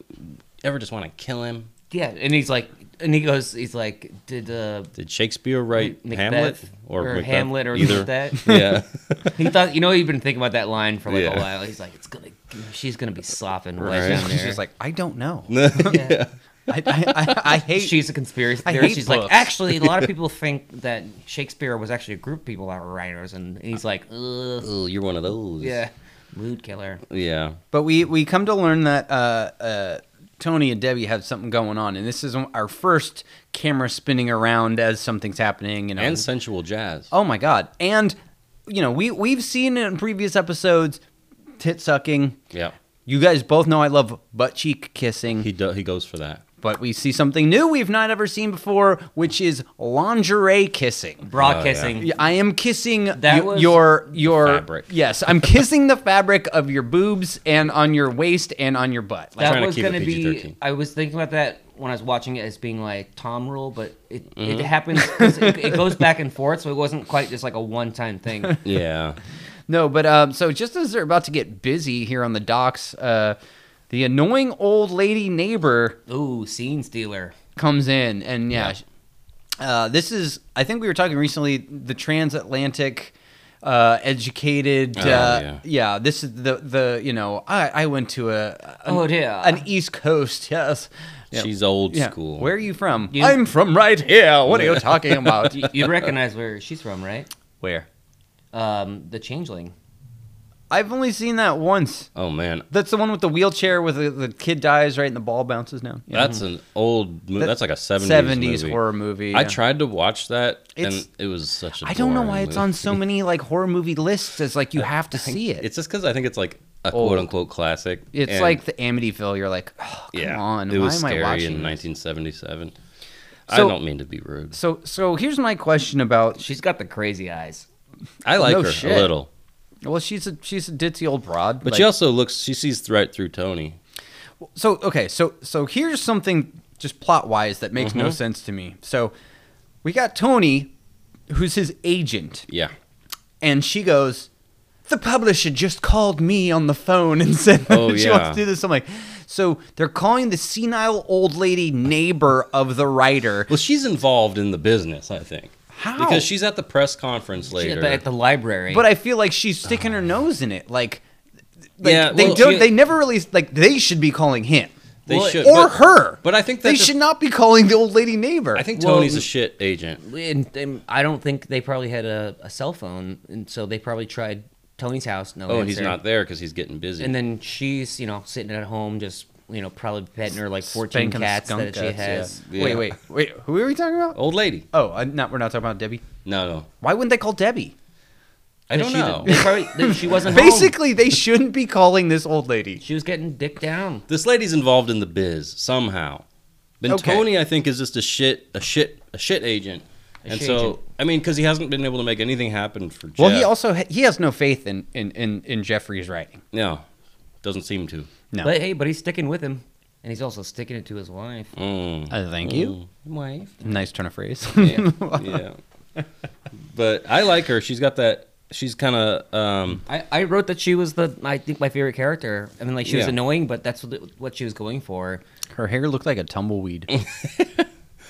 Speaker 3: Ever just want to kill him?
Speaker 2: Yeah, and he's like, and he goes, he's like, did uh,
Speaker 3: Did Shakespeare write
Speaker 2: Macbeth
Speaker 3: Hamlet
Speaker 2: or
Speaker 3: Macbeth?
Speaker 2: Hamlet or
Speaker 3: either? *laughs*
Speaker 2: that?
Speaker 3: Yeah,
Speaker 2: *laughs* He thought, you know, he'd been thinking about that line for like
Speaker 3: Yeah.
Speaker 2: a while. He's like, it's gonna, she's gonna be slopping right,
Speaker 3: Right. *laughs*
Speaker 2: down there.
Speaker 1: She's just like, I don't know.
Speaker 2: Yeah.
Speaker 1: *laughs* I, I, *laughs* I, I hate.
Speaker 2: she's a conspiracy
Speaker 1: I
Speaker 2: theorist.
Speaker 1: hate
Speaker 2: She's like,
Speaker 1: books.
Speaker 2: actually,
Speaker 3: *laughs*
Speaker 2: a lot of people think that Shakespeare was actually a group of people that were writers, and he's like, Ugh,
Speaker 3: oh, you're one of those.
Speaker 2: yeah, mood killer.
Speaker 3: yeah.
Speaker 1: but we we come to learn that uh, uh, Tony and Debbie have something going on, and this is our first camera spinning around as something's happening. You know,
Speaker 3: And sensual jazz.
Speaker 1: oh my god! And you know, we we've seen in previous episodes tit sucking.
Speaker 3: Yeah,
Speaker 1: You guys both know I love butt cheek kissing.
Speaker 3: he do, he goes for that.
Speaker 1: but we see something new we've not ever seen before, which is lingerie kissing.
Speaker 2: Bra
Speaker 3: Oh,
Speaker 2: kissing.
Speaker 1: Y- I am kissing
Speaker 2: That
Speaker 1: y-
Speaker 2: was-
Speaker 1: your your
Speaker 3: Fabric.
Speaker 1: Yes, I'm kissing the fabric of your boobs and on your waist and on your butt. Like,
Speaker 3: trying
Speaker 2: That
Speaker 3: to
Speaker 2: was
Speaker 3: keep it
Speaker 2: gonna be.
Speaker 3: PG-13.
Speaker 2: I was thinking about that when I was watching it as being like Tom rule, but it
Speaker 3: Mm-hmm.
Speaker 2: it happens. 'cause It, it goes back and forth, so it wasn't quite just like a one time
Speaker 1: *laughs*
Speaker 2: thing.
Speaker 3: *laughs* *laughs* Yeah,
Speaker 1: no, but um, so just as they're about to get busy here on the docks, uh, the annoying old lady neighbor
Speaker 2: Ooh, scene stealer.
Speaker 1: comes in, and yeah, sh- Uh, this is. I think we were talking recently the transatlantic. Uh, educated, uh,
Speaker 3: Oh,
Speaker 1: yeah.
Speaker 3: yeah.
Speaker 1: This is the the you know I, I went to a an,
Speaker 2: Oh, yeah.
Speaker 1: an East Coast *laughs* yes, Yeah.
Speaker 3: she's old
Speaker 1: Yeah.
Speaker 3: school.
Speaker 1: Where are you from?
Speaker 2: You-
Speaker 1: I'm from right here. What *laughs* are you talking about?
Speaker 2: You, you recognize where she's from, right?
Speaker 1: Where?
Speaker 2: Um, the changeling.
Speaker 1: I've only seen that once.
Speaker 3: Oh man,
Speaker 1: That's the one with the wheelchair with the, the kid dies right and the ball bounces down. Yeah.
Speaker 3: that's an old. Mo-
Speaker 1: That-
Speaker 3: that's like a seventies
Speaker 1: 70s
Speaker 3: movie.
Speaker 1: horror movie.
Speaker 3: I
Speaker 1: yeah.
Speaker 3: tried to watch that,
Speaker 1: It's-
Speaker 3: and it was such a.
Speaker 1: I don't know
Speaker 3: boring
Speaker 1: why it's
Speaker 3: movie.
Speaker 1: on so many like horror movie lists. It's
Speaker 3: *laughs*
Speaker 1: like you have to see it.
Speaker 3: It's just because I think it's like a
Speaker 1: Old.
Speaker 3: quote unquote classic.
Speaker 1: It's
Speaker 3: and-
Speaker 1: like the Amityville. You're like, oh, come on,
Speaker 3: It
Speaker 1: why
Speaker 3: was
Speaker 1: am I
Speaker 3: scary
Speaker 1: watching?
Speaker 3: in
Speaker 1: this?
Speaker 3: 1977. I
Speaker 1: So-
Speaker 3: don't mean to be rude.
Speaker 1: So, so here's my question about.
Speaker 2: She's got the crazy eyes.
Speaker 3: I like
Speaker 1: no
Speaker 3: her
Speaker 1: shit.
Speaker 3: a little,
Speaker 1: Well, she's a she's a ditzy old broad,
Speaker 3: but
Speaker 1: like-
Speaker 3: she also looks. She sees right through Tony.
Speaker 1: So okay, so so here's something just plot wise that makes
Speaker 3: Mm-hmm.
Speaker 1: no sense to me. So we got Tony, who's his agent,
Speaker 3: Yeah,
Speaker 1: and she goes, "The publisher just called me on the phone and *laughs* said
Speaker 3: Oh,
Speaker 1: she
Speaker 3: yeah.
Speaker 1: wants to do this." I'm like, so they're calling the senile old lady neighbor of the writer.
Speaker 3: well, she's involved in the business. I think
Speaker 1: How?
Speaker 3: Because she's at the press conference later.
Speaker 2: But at the library.
Speaker 1: but I feel like she's sticking her nose in it. Like, like
Speaker 3: Yeah,
Speaker 1: they
Speaker 3: well,
Speaker 1: don't.
Speaker 3: she-
Speaker 1: they never really like. They should be calling him
Speaker 3: they
Speaker 2: Well,
Speaker 3: should,
Speaker 1: or
Speaker 3: but-
Speaker 1: her.
Speaker 3: But I think that
Speaker 1: they
Speaker 3: just-
Speaker 1: should not be calling the old lady neighbor.
Speaker 3: I think
Speaker 2: Well,
Speaker 3: Tony's a
Speaker 2: n-
Speaker 3: shit agent.
Speaker 2: And, and I don't think they probably had a, a cell phone, and so they probably tried Tony's house. No,
Speaker 3: Oh, and he's
Speaker 2: answer.
Speaker 3: not there because he's getting busy.
Speaker 2: And then she's, you know, sitting at home, just you know, probably petting her like fourteen
Speaker 1: Spanking the
Speaker 2: cats
Speaker 1: skunk
Speaker 2: that she
Speaker 1: cats, yeah.
Speaker 2: has.
Speaker 3: Yeah.
Speaker 1: Wait, wait, wait. Who are we talking about?
Speaker 3: old lady.
Speaker 1: Oh, i not. We're not talking about Debbie.
Speaker 3: No, no.
Speaker 1: Why wouldn't they call Debbie?
Speaker 3: I don't
Speaker 2: She-
Speaker 3: know.
Speaker 2: *laughs* they probably- they- she wasn't home.
Speaker 1: Basically, they shouldn't be calling this old lady.
Speaker 2: She was getting dicked down.
Speaker 3: this lady's involved in the biz somehow. Then
Speaker 1: Okay.
Speaker 3: Tony, I think, is just a shit, a shit, a shit agent.
Speaker 2: A
Speaker 3: and
Speaker 2: shit
Speaker 3: so,
Speaker 2: agent.
Speaker 3: I mean, because he hasn't been able to make anything happen for Jeff.
Speaker 1: Well, he also ha- he has no faith in in in, in Jeffrey's writing.
Speaker 3: no, doesn't seem to.
Speaker 1: No.
Speaker 2: But hey, but he's sticking with him, and he's also sticking it to his wife.
Speaker 3: Mm.
Speaker 1: Uh, thank you.
Speaker 2: Wife.
Speaker 1: *laughs* Nice turn of phrase.
Speaker 3: yeah. But I like her. She's got that. She's kind of. Um,
Speaker 2: I, I wrote that she was the I think my favorite character. I mean, like she was
Speaker 3: Yeah.
Speaker 2: annoying, but that's what, what she was going for.
Speaker 1: *laughs* Her hair looked like a *laughs* tumbleweed.
Speaker 2: It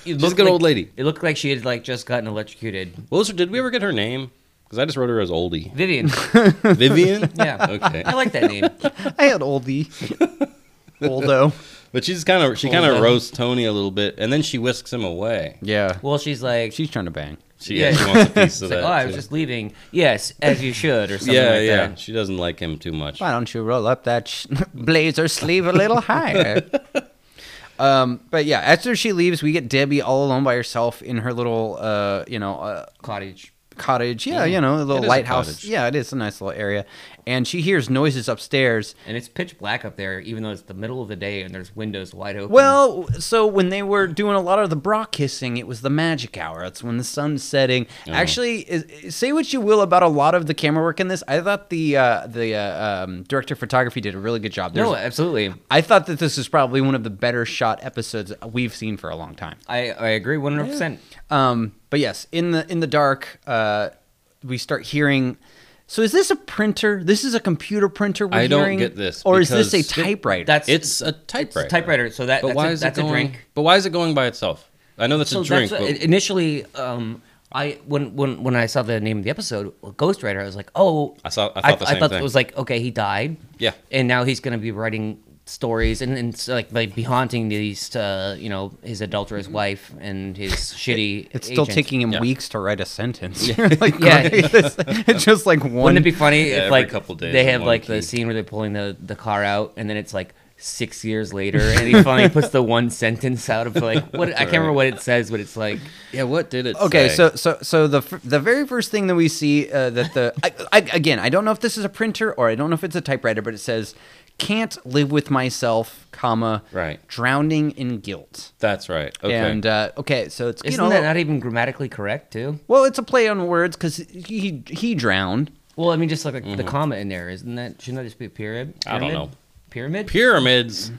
Speaker 3: she's a
Speaker 2: looked
Speaker 3: good
Speaker 2: like-
Speaker 3: old lady.
Speaker 2: It looked like she had like just gotten electrocuted.
Speaker 3: What was her, did we ever get her name? Because I just wrote her as Oldie. *laughs*
Speaker 2: *laughs* Vivian.
Speaker 3: Vivian.
Speaker 2: Yeah.
Speaker 3: Okay.
Speaker 2: I like that
Speaker 3: *laughs*
Speaker 2: name.
Speaker 1: I had *laughs* oldie. Oldo.
Speaker 3: But she's kind of. She kind
Speaker 2: Oldo.
Speaker 3: of roasts Tony a little bit, and then she whisks him away.
Speaker 1: Yeah.
Speaker 2: Well, she's like,
Speaker 1: She's trying to bang.
Speaker 3: She,
Speaker 2: Yeah.
Speaker 3: yeah. she
Speaker 2: *laughs*
Speaker 3: wants a piece of
Speaker 2: she's
Speaker 3: that.
Speaker 2: like oh, I was
Speaker 3: too.
Speaker 2: just leaving. Yes, as you should, or something
Speaker 3: yeah,
Speaker 2: like
Speaker 3: yeah.
Speaker 2: that.
Speaker 3: She doesn't like him too much.
Speaker 1: Why don't you roll up that sh- *laughs* blazer sleeve a little
Speaker 3: *laughs*
Speaker 1: higher? um, but yeah, after she leaves, we get Debbie all alone by herself in her little, uh, you know, uh,
Speaker 2: Cottage.
Speaker 1: cottage. Yeah, you know, a
Speaker 3: Mm. It
Speaker 1: little
Speaker 3: is a
Speaker 1: lighthouse.
Speaker 3: cottage.
Speaker 1: yeah, it is a nice little area. And she hears noises upstairs.
Speaker 2: And it's pitch black up there, even though it's the middle of the day and there's windows wide open.
Speaker 1: Well, so when they were doing a lot of the bra kissing, it was the magic hour. That's when the sun's setting.
Speaker 3: Uh-huh.
Speaker 1: Actually, is- is- say what you will about a lot of the camera work in this. I thought the uh, the uh, um, director of photography did a really good job. There's-
Speaker 2: no, absolutely.
Speaker 1: I thought that this is probably one of the better shot episodes we've seen for a long time.
Speaker 2: I, I agree 100%.
Speaker 1: Um, but yes, in the in the dark, uh, we start hearing. So is this a printer? This is a computer printer. We're
Speaker 3: I don't
Speaker 1: hearing?
Speaker 3: get this,
Speaker 1: Or is this a
Speaker 3: because th-
Speaker 1: typewriter?
Speaker 2: That's
Speaker 3: It's a typewriter.
Speaker 2: typewriter, so that-
Speaker 3: But
Speaker 2: that's
Speaker 3: why
Speaker 2: a-
Speaker 3: is
Speaker 2: that's a
Speaker 3: it going,
Speaker 2: drink.
Speaker 3: But why is it going by itself? I know that's a drink.
Speaker 2: that's-
Speaker 3: but
Speaker 2: initially um, I when when when I saw the name of the episode Ghost Rider, I was like, oh,
Speaker 3: I saw- I thought the
Speaker 2: th-
Speaker 3: same
Speaker 2: thought
Speaker 3: thing.
Speaker 2: it was like okay, he died,
Speaker 3: Yeah.
Speaker 2: and now he's gonna be writing stories and, and so like like be haunting these uh, you know his adulterous wife and his shitty.
Speaker 1: Mm-hmm. It's still
Speaker 2: agent.
Speaker 1: taking him
Speaker 3: Yeah.
Speaker 1: weeks to write a sentence. You're *laughs* like,
Speaker 2: Yeah.
Speaker 1: yeah, it's just like one.
Speaker 2: Wouldn't it be funny
Speaker 3: Yeah,
Speaker 2: if
Speaker 3: every
Speaker 2: like
Speaker 3: couple days
Speaker 2: they
Speaker 3: with
Speaker 2: have
Speaker 3: one
Speaker 2: like
Speaker 3: key.
Speaker 2: the scene where they're pulling the the car out and then it's like. Six years later, and
Speaker 1: *laughs*
Speaker 2: he finally puts the one sentence out of like what I can't remember what it says, but it's like
Speaker 3: yeah, what did it?
Speaker 1: okay,
Speaker 3: say?
Speaker 1: so so so the fir- the very first thing that we see uh, that the I, I, again I don't know if this is a printer or I don't know if it's a typewriter, but it says can't live with myself, comma
Speaker 3: Right.
Speaker 1: drowning in guilt.
Speaker 3: that's right. Okay,
Speaker 1: And uh, okay, so it's
Speaker 2: isn't
Speaker 1: you know
Speaker 2: that not e-, even grammatically correct too?
Speaker 1: well, it's a play on words because he he drowned.
Speaker 2: Well, I mean, just like the, the comma in there, isn't that? Shouldn't that just be a pyramid?
Speaker 3: Mm-hmm. I don't
Speaker 2: Pyramid?
Speaker 3: know.
Speaker 2: Pyramid.
Speaker 3: pyramids.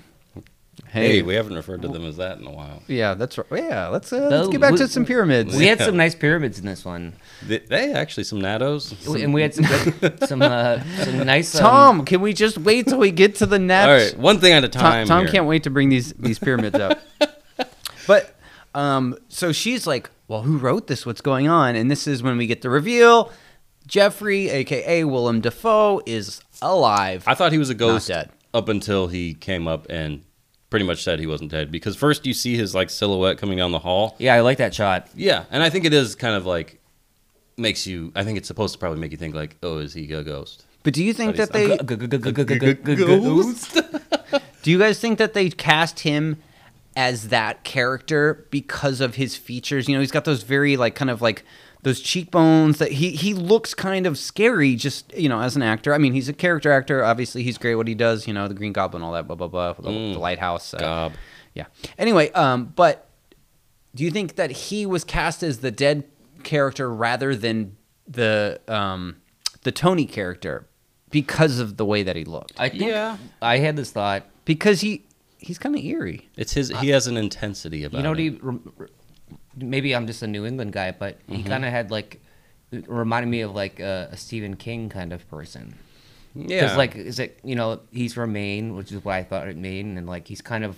Speaker 3: Hey,
Speaker 1: Hey,
Speaker 3: we haven't referred to them as that in a while.
Speaker 1: yeah, that's right. Yeah, let's uh, let's
Speaker 2: Though
Speaker 1: get back
Speaker 2: we-
Speaker 1: to some pyramids.
Speaker 2: we had
Speaker 3: Yeah.
Speaker 2: some nice pyramids in this one,
Speaker 3: They, they actually some nattos.
Speaker 2: and we had some
Speaker 3: *laughs*
Speaker 2: good, some uh, some nice. um,
Speaker 1: Tom, can we just wait till we get to the next?
Speaker 3: All right, one thing at a
Speaker 1: Tom,
Speaker 3: time.
Speaker 1: Tom
Speaker 3: here.
Speaker 1: can't wait to bring these these pyramids
Speaker 3: *laughs*
Speaker 1: up. But um, so she's like, "Well, who wrote this? What's going on?" And this is when we get the reveal: Jeffrey, aka Willem Dafoe, is alive.
Speaker 3: I thought he was a ghost
Speaker 1: dead.
Speaker 3: up until he came up and pretty much said he wasn't dead because first you see his like silhouette coming down the hall.
Speaker 2: yeah, I like that shot.
Speaker 3: Yeah, and I think it is kind of like makes you. I think it's supposed to probably make you think like, oh, is he a ghost?
Speaker 1: but do you think that
Speaker 3: But
Speaker 1: they?
Speaker 2: Ghost.
Speaker 1: Do you guys think that they cast him as that character because of his features? You know, he's got those very like kind of like those cheekbones that he he looks kind of scary just, you know, as an actor. I mean, he's a character actor. Obviously, he's great at what he does, you know, the Green Goblin, all that blah blah blah, the, the lighthouse. Uh,
Speaker 3: Gob.
Speaker 1: Yeah. Anyway, um but do you think that he was cast as the dead character rather than the um the Tony character because of the way that he looked?
Speaker 2: I think
Speaker 3: Yeah.
Speaker 2: I had this thought.
Speaker 1: Because he he's kind of eerie.
Speaker 3: It's his. He has an intensity about.
Speaker 2: You know what he?
Speaker 3: him.
Speaker 2: rem- re- Maybe I'm just a New England guy, but he
Speaker 3: Mm-hmm.
Speaker 2: kind of had like it reminded me of like a, a Stephen King kind of person. Because
Speaker 3: Yeah.
Speaker 2: like, is it you know he's from Maine, which is why I thought it Maine, and like he's kind of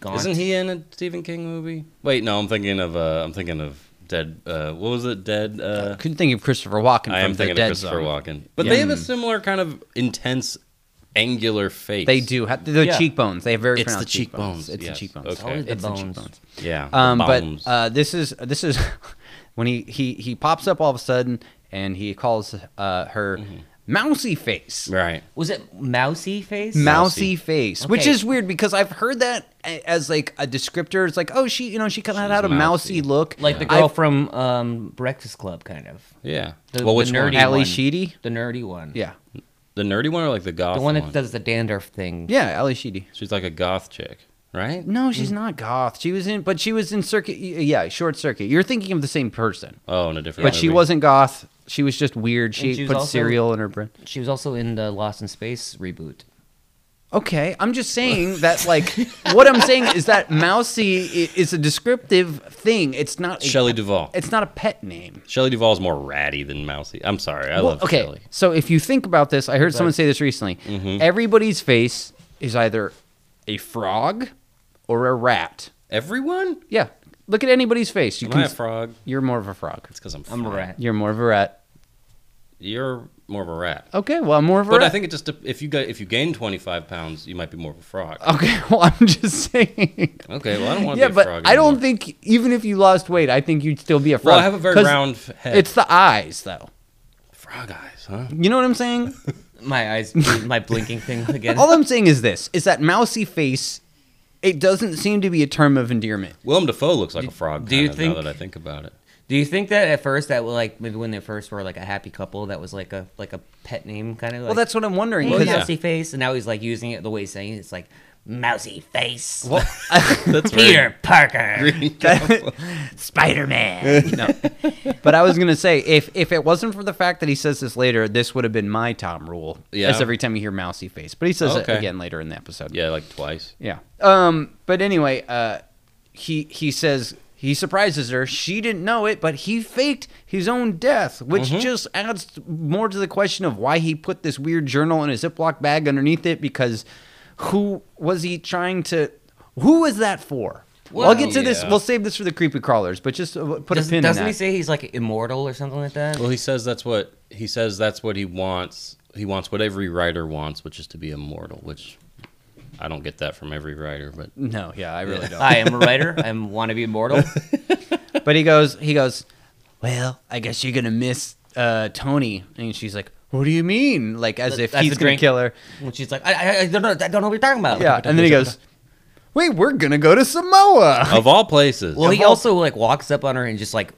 Speaker 2: gone.
Speaker 3: isn't he in a Stephen King movie? Wait, no, I'm thinking of. Uh, I'm thinking of Dead. Uh, what was it? Dead. Uh,
Speaker 1: Couldn't think of Christopher Walken from
Speaker 3: I am
Speaker 1: the
Speaker 3: thinking
Speaker 1: Dead
Speaker 3: of Christopher
Speaker 1: Zone.
Speaker 3: Walken. But they have a similar kind of intense, angular face.
Speaker 1: They do. have The
Speaker 2: Yeah.
Speaker 1: cheekbones. They have very
Speaker 3: It's
Speaker 1: pronounced
Speaker 3: the cheekbones,
Speaker 1: It's
Speaker 3: yes.
Speaker 1: the cheekbones.
Speaker 3: Okay. It's always
Speaker 2: the
Speaker 1: It's
Speaker 2: bones.
Speaker 1: cheekbones.
Speaker 3: Yeah. the
Speaker 1: Um, but
Speaker 3: bones.
Speaker 1: uh, this is this is *laughs* when he, he he pops up all of a sudden and he calls uh, her
Speaker 3: Mm-hmm.
Speaker 1: mousy face.
Speaker 3: right.
Speaker 2: Was it Mousy Face?
Speaker 1: Mousy face, which
Speaker 2: Okay.
Speaker 1: is weird because I've heard that a- as like a descriptor. It's like, oh, she, you know, she kind of
Speaker 3: She's
Speaker 1: had a mousy,
Speaker 3: mousy.
Speaker 1: look,
Speaker 2: like the
Speaker 1: I've-
Speaker 2: girl from um, Breakfast Club, kind of
Speaker 3: Yeah.
Speaker 2: The-
Speaker 3: well,
Speaker 2: the
Speaker 3: which
Speaker 2: nerdy-
Speaker 3: one?
Speaker 1: Ali
Speaker 2: one.
Speaker 1: Sheedy.
Speaker 2: the nerdy one.
Speaker 1: Yeah,
Speaker 3: Mm-hmm. The nerdy one or like the goth
Speaker 2: the one that does the dandruff thing.
Speaker 1: yeah, Ali Sheedy.
Speaker 3: She's like a goth chick, right?
Speaker 1: No, she's not goth. She was in, but she was in circuit. Yeah, short circuit. You're thinking of the same person,
Speaker 3: Oh, in a different.
Speaker 1: but she
Speaker 3: movie.
Speaker 1: wasn't goth. She was just weird. She,
Speaker 2: she was
Speaker 1: put
Speaker 2: also-
Speaker 1: cereal in her brain.
Speaker 2: She was also in the Lost in Space reboot.
Speaker 1: Okay, I'm just saying that. Like, *laughs* what I'm saying is that mousy i- is a descriptive thing. It's not a-
Speaker 3: Shelley Duvall.
Speaker 1: It's not a pet name.
Speaker 3: Shelley Duvall's more ratty than mousy. I'm sorry. I
Speaker 1: Well,
Speaker 3: love
Speaker 1: okay,
Speaker 3: Shelley.
Speaker 1: so if you think about this, I heard someone
Speaker 2: Right.
Speaker 1: say this recently.
Speaker 3: Mm-hmm.
Speaker 1: Everybody's face is either a frog or a rat.
Speaker 3: Everyone?
Speaker 1: Yeah, look at anybody's face. You
Speaker 3: Am
Speaker 1: can.
Speaker 3: I a frog?
Speaker 1: You're more of a frog.
Speaker 3: It's because I'm.
Speaker 2: I'm a
Speaker 3: fat.
Speaker 2: rat.
Speaker 1: You're more of a rat.
Speaker 3: You're more of a rat.
Speaker 1: Okay, well, I'm more of a
Speaker 3: But
Speaker 1: rat.
Speaker 3: I think it just dep- if you got if you gain 25 pounds, you might be more of a frog.
Speaker 1: *laughs* Okay, well, I'm just saying.
Speaker 3: Okay, well I don't want
Speaker 1: Uh, yeah,
Speaker 3: to be a
Speaker 1: but
Speaker 3: frog.
Speaker 1: I don't
Speaker 3: anymore.
Speaker 1: think even if you lost weight, I think you'd still be a frog.
Speaker 3: Well, I have a very
Speaker 1: 'Cause
Speaker 3: round f- head.
Speaker 1: It's the eyes, though.
Speaker 3: frog eyes, huh?
Speaker 1: You know what I'm
Speaker 3: *laughs*
Speaker 1: saying?
Speaker 2: My eyes, my blinking thing
Speaker 1: *laughs*
Speaker 2: again.
Speaker 1: All I'm saying is this: is that mousy face. It doesn't seem to be a term of endearment.
Speaker 3: Willem Dafoe looks like a frog.
Speaker 2: do you
Speaker 3: kinda,
Speaker 2: think-
Speaker 3: Now that I think
Speaker 1: *laughs*
Speaker 3: about it,
Speaker 2: Do you think that at first that was like maybe when they first were like a happy couple that was like a like a pet name kind of like
Speaker 1: Well, that's what I'm wondering.
Speaker 2: hey,
Speaker 1: 'cause-
Speaker 3: yeah.
Speaker 2: mousy face and now he's like using it the way he's saying it. it's like mousy face
Speaker 1: *laughs* Well, *laughs*
Speaker 3: that's
Speaker 2: *laughs* Peter Parker
Speaker 1: Spider Man.
Speaker 3: *laughs*
Speaker 1: no. But I was gonna say if if it wasn't for the fact that he says this later, this would have been my Tom rule.
Speaker 3: Yeah.
Speaker 1: As every time you hear mousy face, but he says
Speaker 3: Okay.
Speaker 1: it again later in the episode.
Speaker 3: Yeah, like twice.
Speaker 1: Yeah. Um. But anyway, uh, he he says he surprises her. She didn't know it, but he faked his own death, which
Speaker 2: Mm-hmm.
Speaker 1: just adds more to the question of why he put this weird journal in a Ziploc bag underneath it. Because who was he trying to? Who was that for? I'll
Speaker 2: Well,
Speaker 1: get to this.
Speaker 3: yeah.
Speaker 1: We'll save this for the creepy crawlers, but just uh, put
Speaker 2: Does,
Speaker 1: a pin in
Speaker 2: doesn't
Speaker 1: that.
Speaker 2: he say he's like immortal or something like that
Speaker 3: Well, he says that's what he says that's what he wants. He wants what every writer wants, which is to be immortal. Which I don't get that from every writer, but
Speaker 1: no, yeah, I really don't.
Speaker 2: I am a writer I
Speaker 1: *laughs*
Speaker 2: want to be immortal
Speaker 1: But he goes, he goes, well, I guess you're gonna miss uh, Tony. And she's like, what do you mean? Like as
Speaker 2: That-
Speaker 1: if
Speaker 2: that's
Speaker 1: he's
Speaker 2: the
Speaker 1: gonna
Speaker 2: drink.
Speaker 1: kill her.
Speaker 2: and she's like I, I, I don't know I don't know what you're talking about
Speaker 1: Yeah. And then he goes, wait, we're gonna go to Samoa.
Speaker 3: of all places.
Speaker 2: well he
Speaker 1: Well-
Speaker 2: also like walks up on her and just like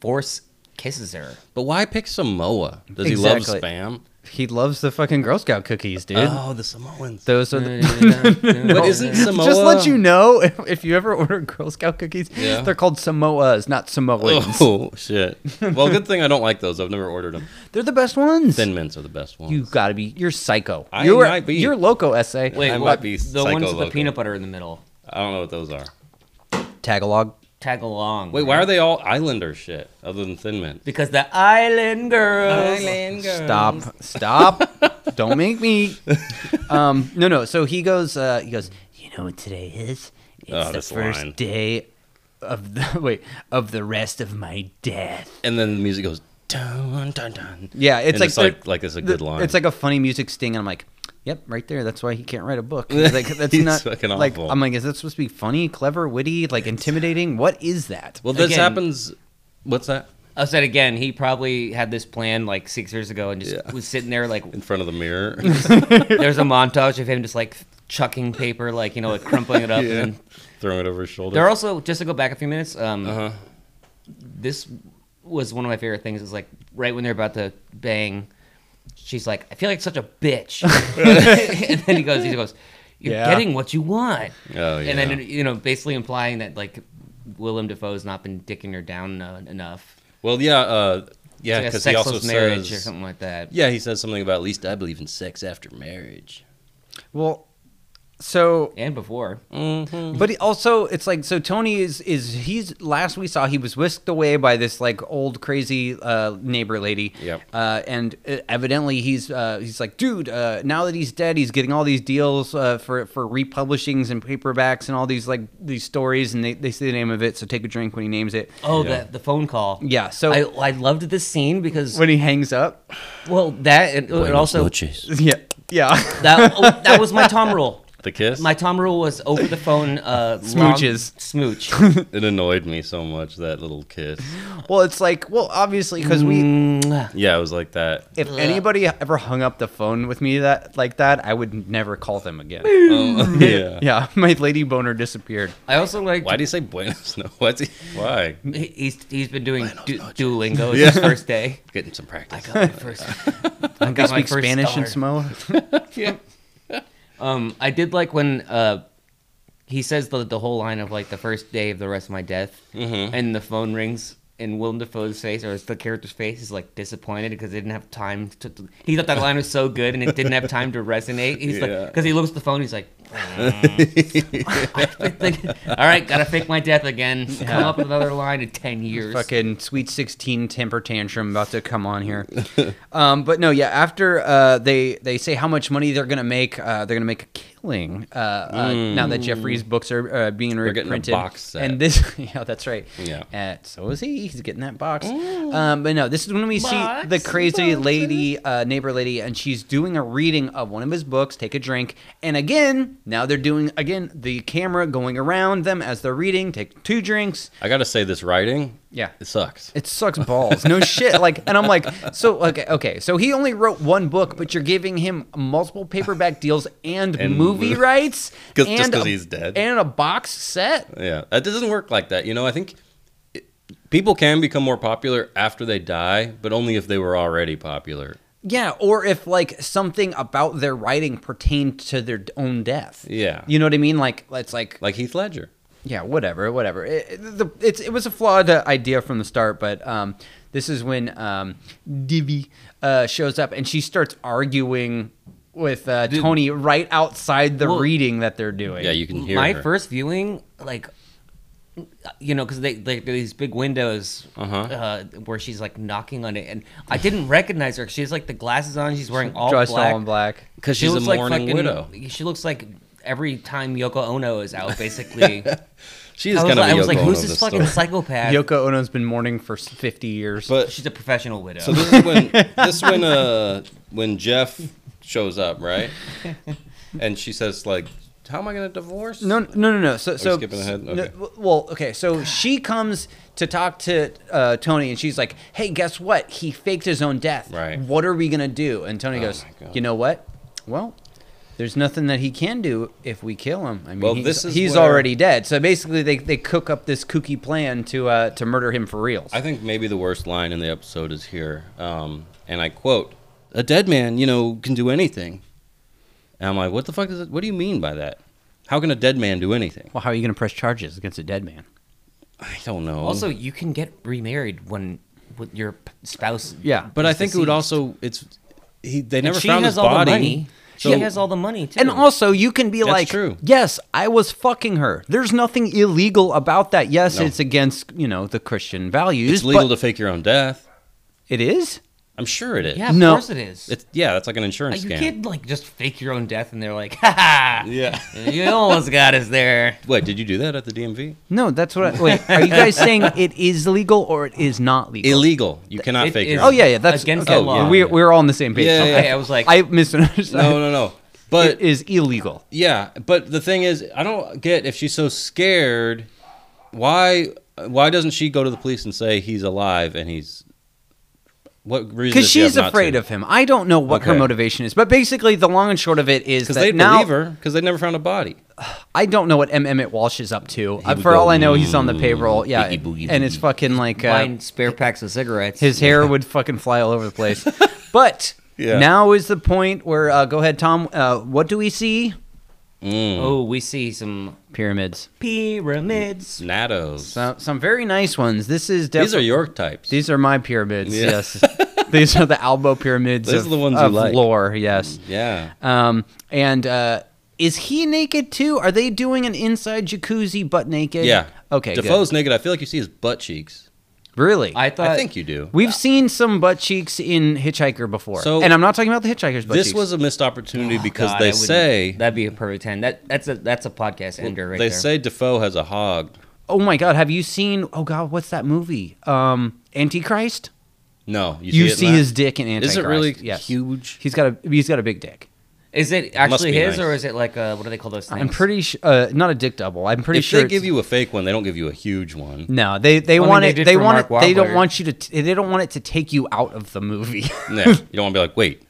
Speaker 2: force kisses her
Speaker 3: but why pick Samoa? Does he
Speaker 1: Exactly.
Speaker 3: love spam?
Speaker 1: He loves the fucking Girl Scout cookies, dude.
Speaker 3: Oh, the Samoans.
Speaker 1: Those are *laughs* the.
Speaker 2: but
Speaker 3: But isn't Samoa?
Speaker 1: Just let you know, if, if you ever order Girl Scout cookies,
Speaker 3: Yeah.
Speaker 1: they're called Samoas, not Samoans.
Speaker 3: *laughs* Oh shit! Well, good thing I don't like those. I've never ordered them.
Speaker 1: They're the best ones.
Speaker 3: Thin mints are the best ones.
Speaker 1: you gotta be, you're psycho.
Speaker 3: I
Speaker 1: you're,
Speaker 3: might be.
Speaker 1: You're loco, essay.
Speaker 2: wait
Speaker 3: I
Speaker 2: what-
Speaker 3: might be
Speaker 2: the ones with the
Speaker 3: psycho-loco.
Speaker 2: peanut butter in the middle
Speaker 3: I don't know what those are.
Speaker 1: Tagalog.
Speaker 2: tag along
Speaker 3: Wait, why are they all islander shit other than thin mint?
Speaker 2: Because the island girls.
Speaker 1: Stop! *laughs* Stop! Don't make me. Um, no, no. So he goes. Uh, he goes. You know what today is? It's
Speaker 3: Oh,
Speaker 1: the
Speaker 3: this
Speaker 1: first
Speaker 3: line.
Speaker 1: day of the *laughs* wait of the rest of my death.
Speaker 3: And then the music goes dun dun dun.
Speaker 1: Yeah, it's
Speaker 3: And
Speaker 1: like
Speaker 3: it's like
Speaker 1: they're-
Speaker 3: like it's a
Speaker 1: the-
Speaker 3: good line.
Speaker 1: It's like a funny music sting, and I'm like, "Yep, right there. That's why he can't write a book. Like, that's
Speaker 3: *laughs* He's
Speaker 1: not
Speaker 3: fucking
Speaker 1: like.
Speaker 3: awful.
Speaker 1: I'm like, is that supposed to be funny, clever, witty, like intimidating? What is that?
Speaker 3: well, this
Speaker 2: Again-
Speaker 3: happens. What's that?
Speaker 2: I said again, he probably had this plan like six years ago and just
Speaker 3: Yeah.
Speaker 2: was sitting
Speaker 3: *laughs*
Speaker 2: there like
Speaker 3: In front of
Speaker 1: *laughs*
Speaker 3: the mirror.
Speaker 2: there's a montage of him just like chucking paper, like, you know, like crumpling it up.
Speaker 3: *laughs* Yeah.
Speaker 2: And
Speaker 3: throwing it over his shoulder.
Speaker 2: there are also just to go back a few minutes, um
Speaker 3: uh-huh.
Speaker 2: this was one of my favorite things is like right when they're about to bang, she's like, I feel like such a
Speaker 3: *laughs*
Speaker 2: bitch. and then he goes, he goes, You're
Speaker 1: Yeah.
Speaker 2: getting what you want.
Speaker 3: Oh yeah.
Speaker 2: And then you know, basically implying that like Willem Dafoe's not been dicking her down uh, enough.
Speaker 3: well, yeah, uh, yeah,
Speaker 2: It's like a
Speaker 3: because he also
Speaker 2: sexless marriage or
Speaker 3: says.
Speaker 2: something like that.
Speaker 3: Yeah, he says something about at least I believe in sex after marriage.
Speaker 1: Well, So
Speaker 2: and before.
Speaker 3: Mm.
Speaker 1: But he also, it's like so. Tony is is he's last we saw he was whisked away by this like old crazy uh, neighbor lady.
Speaker 3: Yep.
Speaker 1: Uh, and uh, evidently he's uh, he's like, dude. Uh, now that he's dead, he's getting all these deals uh, for for republishings and paperbacks and all these like these stories. And they, they say the name of it, so take a drink when he names it.
Speaker 2: Oh,
Speaker 3: Yeah.
Speaker 2: the the phone call.
Speaker 1: Yeah, so-
Speaker 2: I, I loved this scene because
Speaker 1: When he hangs up, *laughs*
Speaker 2: well that and, and also
Speaker 1: yeah, yeah, *laughs*
Speaker 2: that oh, that was my Tom
Speaker 3: *laughs*
Speaker 2: rule.
Speaker 3: The kiss?
Speaker 2: My Tom rule was over the phone uh, long-
Speaker 1: Smooches.
Speaker 2: *laughs* smooch.
Speaker 3: it annoyed me so much, that little kiss.
Speaker 1: well, it's like well, obviously because we
Speaker 2: Mwah.
Speaker 3: Yeah, it was like that.
Speaker 2: *laughs*
Speaker 1: If
Speaker 2: Ugh.
Speaker 1: anybody ever hung up the phone with me that like that, I would never call them again.
Speaker 3: Um, yeah.
Speaker 1: yeah, *laughs* my lady boner disappeared.
Speaker 2: I also like
Speaker 3: Why do you say Buenos *laughs* No? What's he? Why?
Speaker 2: he's he's been doing du- *laughs* Duolingo. It's his first day.
Speaker 3: Getting some practice.
Speaker 2: Got my first.
Speaker 1: I
Speaker 2: got my
Speaker 1: speak
Speaker 2: first
Speaker 1: Spanish and
Speaker 2: dollar.
Speaker 1: Samoa.
Speaker 2: yeah. *laughs* Um, I did like when uh, he says the the whole line of like the first day of the rest of my death,
Speaker 3: Mm-hmm.
Speaker 2: and the phone rings. And Willem Dafoe's face, or it's the character's face, is like disappointed because they didn't have time to. to- He thought that line was so good, and it didn't have time to resonate. He's like,
Speaker 3: Yeah.
Speaker 2: because he looks at the phone, he's like, "Mm." *laughs* "All right, gotta fake my death again. Come up with another line in ten years."
Speaker 1: Fucking sweet sixteen temper tantrum about to come on here. *laughs* um, but no, yeah. After uh, they they say how much money they're gonna make, uh, they're gonna make a killing. Uh, uh, Now that Jeffrey's books are uh, being
Speaker 3: Mm. getting a
Speaker 1: reprinted,
Speaker 3: box set.
Speaker 1: and this, *laughs* yeah, that's right.
Speaker 3: Yeah. Mm.
Speaker 1: Uh, so is he? He's getting that box. Um, but no, this is when we see the
Speaker 2: Box,
Speaker 1: crazy
Speaker 2: boxes.
Speaker 1: lady, uh, neighbor lady, and she's doing a reading of one of his books. Take a drink, and again, now they're doing again the camera going around them as they're reading. Take two drinks.
Speaker 3: *laughs* I gotta say, this writing,
Speaker 1: Yeah.
Speaker 3: it sucks.
Speaker 1: It sucks balls. No shit. Like, and I'm like, so okay, okay. So he only wrote one book, but you're giving him multiple paperback deals and,
Speaker 3: And *laughs*
Speaker 1: movie
Speaker 3: mo-
Speaker 1: rights,
Speaker 3: 'Cause-
Speaker 1: and
Speaker 3: just 'cause
Speaker 1: a-
Speaker 3: he's dead.
Speaker 1: and a box set.
Speaker 3: Yeah, that doesn't work like that. You know, I think it, people can become more popular after they die, but only if they were already popular.
Speaker 1: Yeah, or if like something about their writing pertained to their own death.
Speaker 3: Yeah.
Speaker 1: you know what I mean. Like, it's like,
Speaker 3: Like Heath Ledger.
Speaker 1: yeah, whatever, whatever. It, it- the, it's it was a flawed uh, idea from the start, but um, this is when um, Divi uh, shows up and she starts arguing with uh, Tony right outside the
Speaker 2: Well-
Speaker 1: reading that they're doing.
Speaker 3: Yeah, you can hear
Speaker 2: my
Speaker 3: her.
Speaker 2: first viewing like you know because they like there are these big windows
Speaker 3: Uh-huh.
Speaker 2: uh, where she's like knocking on it and i didn't recognize her 'cause she has like the glasses on she's wearing all
Speaker 1: dressed
Speaker 2: black
Speaker 1: all in black.
Speaker 3: because
Speaker 2: She
Speaker 3: she's a
Speaker 2: looks like
Speaker 3: mourning
Speaker 2: fucking-
Speaker 3: widow.
Speaker 2: she looks like every time yoko ono
Speaker 3: *laughs*
Speaker 2: is out basically
Speaker 3: She is
Speaker 2: i was,
Speaker 3: kind of
Speaker 2: like,
Speaker 3: a
Speaker 2: I was
Speaker 3: Yoko
Speaker 2: like
Speaker 3: Ono
Speaker 2: who's
Speaker 3: of
Speaker 2: this
Speaker 3: this
Speaker 2: fucking
Speaker 3: story.
Speaker 2: psychopath
Speaker 1: Yoko Ono's been mourning for s- 50 years.
Speaker 3: But
Speaker 2: she's a professional widow
Speaker 3: So this is when this
Speaker 1: *laughs*
Speaker 3: is when uh when Jeff shows up, right? And she says like, "How am I gonna divorce?"
Speaker 1: No, no, no, no. So, so
Speaker 3: skipping ahead?
Speaker 1: no,
Speaker 3: Okay.
Speaker 1: w- well, okay. So she comes to talk to uh, Tony, and she's like, "Hey, guess what? He faked his own death.
Speaker 3: Right. Oh
Speaker 1: What are we gonna do?" And Tony goes,
Speaker 3: my God.
Speaker 1: "You know what? Well." There's nothing that he can do if we kill him. I mean,
Speaker 3: Well,
Speaker 1: he's,
Speaker 3: this is
Speaker 1: he's
Speaker 3: where-
Speaker 1: already dead. So basically, they, they cook up this kooky plan to uh, to murder him for reals.
Speaker 3: I think maybe the worst line in the episode is here, um, and I quote: "A dead man, you know, can do anything." And I'm like, "What the fuck is it? What do you mean by that? How can a dead man do anything?"
Speaker 1: well, how are you going to press charges against a dead man?
Speaker 3: I don't know.
Speaker 2: also you can get remarried when with your p- spouse
Speaker 1: Yeah.
Speaker 3: but I
Speaker 2: is
Speaker 3: think it would
Speaker 2: deceased.
Speaker 3: also it's he they
Speaker 2: And
Speaker 3: never
Speaker 2: she
Speaker 3: found
Speaker 2: has
Speaker 3: his
Speaker 2: all
Speaker 3: body.
Speaker 2: the money
Speaker 3: so-
Speaker 2: she has all the money too
Speaker 1: And also, you can be
Speaker 3: That's
Speaker 1: like,
Speaker 3: true.
Speaker 1: yes, I was fucking her. There's nothing illegal about that. Yes,
Speaker 3: No.
Speaker 1: it's against, you know, the Christian values.
Speaker 3: It's legal
Speaker 1: but
Speaker 3: to fake your own death.
Speaker 1: It is?
Speaker 3: I'm sure it is.
Speaker 2: yeah of
Speaker 1: No.
Speaker 2: course it is
Speaker 3: It's yeah, that's like an insurance
Speaker 2: You
Speaker 3: scam.
Speaker 2: can't like just fake your own death, and they're like, "Ha ha!
Speaker 3: Yeah.
Speaker 2: You almost got us there."
Speaker 3: Wait, did you do that at the DMV?
Speaker 1: No, that's what I. Wait, are you guys
Speaker 3: *laughs*
Speaker 1: saying it is legal or it is not legal?
Speaker 3: Illegal. You cannot
Speaker 2: It
Speaker 3: fake
Speaker 2: is-
Speaker 3: your
Speaker 1: Oh, yeah, yeah. That's
Speaker 2: Against
Speaker 1: okay.
Speaker 2: the law.
Speaker 1: We're, we're all on the same page.
Speaker 3: *laughs* Yeah, yeah,
Speaker 1: Okay.
Speaker 2: Hey, I was like,
Speaker 1: I misunderstood.
Speaker 3: No, no,
Speaker 1: *laughs*
Speaker 3: no. But
Speaker 1: it is illegal.
Speaker 3: yeah, but the thing is, I don't get if she's so scared. Why? Why doesn't she go to the police and say he's alive and he's? What reason?
Speaker 1: Because she's afraid of him. I don't know what her
Speaker 3: Okay.
Speaker 1: motivation is, but basically, the long and short of it is
Speaker 3: Because
Speaker 1: that
Speaker 3: they
Speaker 1: now
Speaker 3: believe her. Because they never found a body.
Speaker 1: I don't know what M. Emmett Walsh is up to. Uh,
Speaker 3: would
Speaker 1: for
Speaker 3: go,
Speaker 1: all I know, he's on the payroll. Yeah,
Speaker 3: boogie, boogie,
Speaker 1: and it's
Speaker 3: boogie.
Speaker 1: fucking like uh,
Speaker 2: buying spare packs of cigarettes.
Speaker 1: His hair would fucking fly all over the
Speaker 3: *laughs*
Speaker 1: place. But
Speaker 3: Yeah.
Speaker 1: now is the point where, uh, go ahead, Tom. Uh, what do we see?
Speaker 3: Mm,
Speaker 2: oh, we see some
Speaker 1: Pyramids.
Speaker 2: pyramids.
Speaker 3: Nados.
Speaker 1: So, some very nice ones. This is
Speaker 3: These are
Speaker 1: definitely.
Speaker 3: York types.
Speaker 1: These are my pyramids.
Speaker 3: Yeah.
Speaker 1: Yes. *laughs* These are the elbow pyramids.
Speaker 3: Those
Speaker 1: of,
Speaker 3: are the ones you
Speaker 1: of
Speaker 3: like.
Speaker 1: lore. Yes.
Speaker 3: yeah.
Speaker 1: Um, and uh, Is he naked too? Are they doing an inside jacuzzi butt naked?
Speaker 3: Yeah.
Speaker 1: Okay. good.
Speaker 3: Defoe's naked. I feel like you see his butt cheeks.
Speaker 1: Really?
Speaker 2: I thought
Speaker 3: I think you do.
Speaker 1: We've seen some butt cheeks in Hitchhiker before.
Speaker 3: So-
Speaker 1: and I'm not talking about the Hitchhiker's butt
Speaker 3: This
Speaker 1: cheeks.
Speaker 3: was a missed opportunity
Speaker 2: Oh,
Speaker 3: because
Speaker 2: God, I
Speaker 3: they
Speaker 2: wouldn't-
Speaker 3: say
Speaker 2: that'd be a perfect ten. That that's a that's a podcast ender right
Speaker 3: they
Speaker 2: there.
Speaker 3: say Defoe has a hog.
Speaker 1: Oh my god, have you seen oh god, what's that movie? Um Antichrist?
Speaker 3: No, you see,
Speaker 1: You,
Speaker 3: it in
Speaker 1: see
Speaker 3: that?
Speaker 1: his dick in Antichrist.
Speaker 3: Is it really
Speaker 1: yes.
Speaker 3: huge?
Speaker 1: He's got a he's got a big dick.
Speaker 2: is it actually
Speaker 3: be nice.
Speaker 2: his or is it like a, what do they call those things?
Speaker 1: I'm pretty sh- uh not a dick double. I'm pretty
Speaker 3: if
Speaker 1: sure
Speaker 3: they
Speaker 1: it's-
Speaker 3: give you a fake one, they don't give you a huge
Speaker 1: *laughs*
Speaker 3: one.
Speaker 1: No, they they
Speaker 2: Well, I mean,
Speaker 1: want
Speaker 2: they
Speaker 1: it
Speaker 2: did
Speaker 1: they
Speaker 2: for
Speaker 1: want
Speaker 2: Mark
Speaker 1: it they don't
Speaker 2: Wahlberg.
Speaker 1: want you to t- they don't want it to take you out of the movie. *laughs*
Speaker 3: No, you don't want to be like, wait,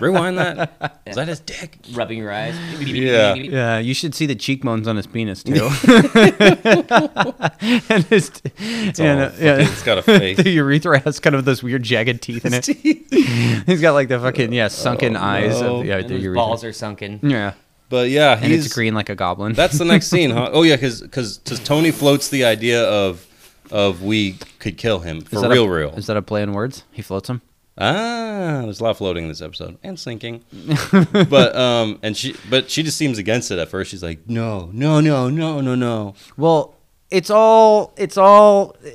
Speaker 3: rewind that. Is that his dick?
Speaker 2: rubbing your eyes. *laughs*
Speaker 3: Yeah.
Speaker 1: Yeah, you should see the cheekbones on his penis *laughs* too. and his, and, uh,
Speaker 3: all
Speaker 1: yeah.
Speaker 3: fucking-
Speaker 1: *laughs*
Speaker 3: it's got a face.
Speaker 1: the urethra has kind of those weird jagged teeth
Speaker 3: *laughs*
Speaker 1: in it. *laughs* He's got like the fucking yeah sunken eyes
Speaker 3: Oh, no.
Speaker 1: of yeah,
Speaker 2: And
Speaker 1: the
Speaker 2: his
Speaker 1: urethra.
Speaker 2: balls are sunken.
Speaker 3: Mm.
Speaker 1: Yeah,
Speaker 3: But yeah,
Speaker 1: and
Speaker 3: he's
Speaker 1: it's green like a goblin.
Speaker 3: That's the next scene, huh? Oh yeah, because Tony floats the idea of of we could kill
Speaker 1: *laughs*
Speaker 3: him
Speaker 1: Is
Speaker 3: for
Speaker 1: that
Speaker 3: real,
Speaker 1: a,
Speaker 3: real.
Speaker 1: Is that a play on words? He floats him.
Speaker 3: Ah, there's a lot of floating in this episode
Speaker 1: *laughs*
Speaker 3: and sinking. but um, and she but she just seems against it at first. She's like, no, no, no, no, no, no.
Speaker 1: Well, it's all it's all uh,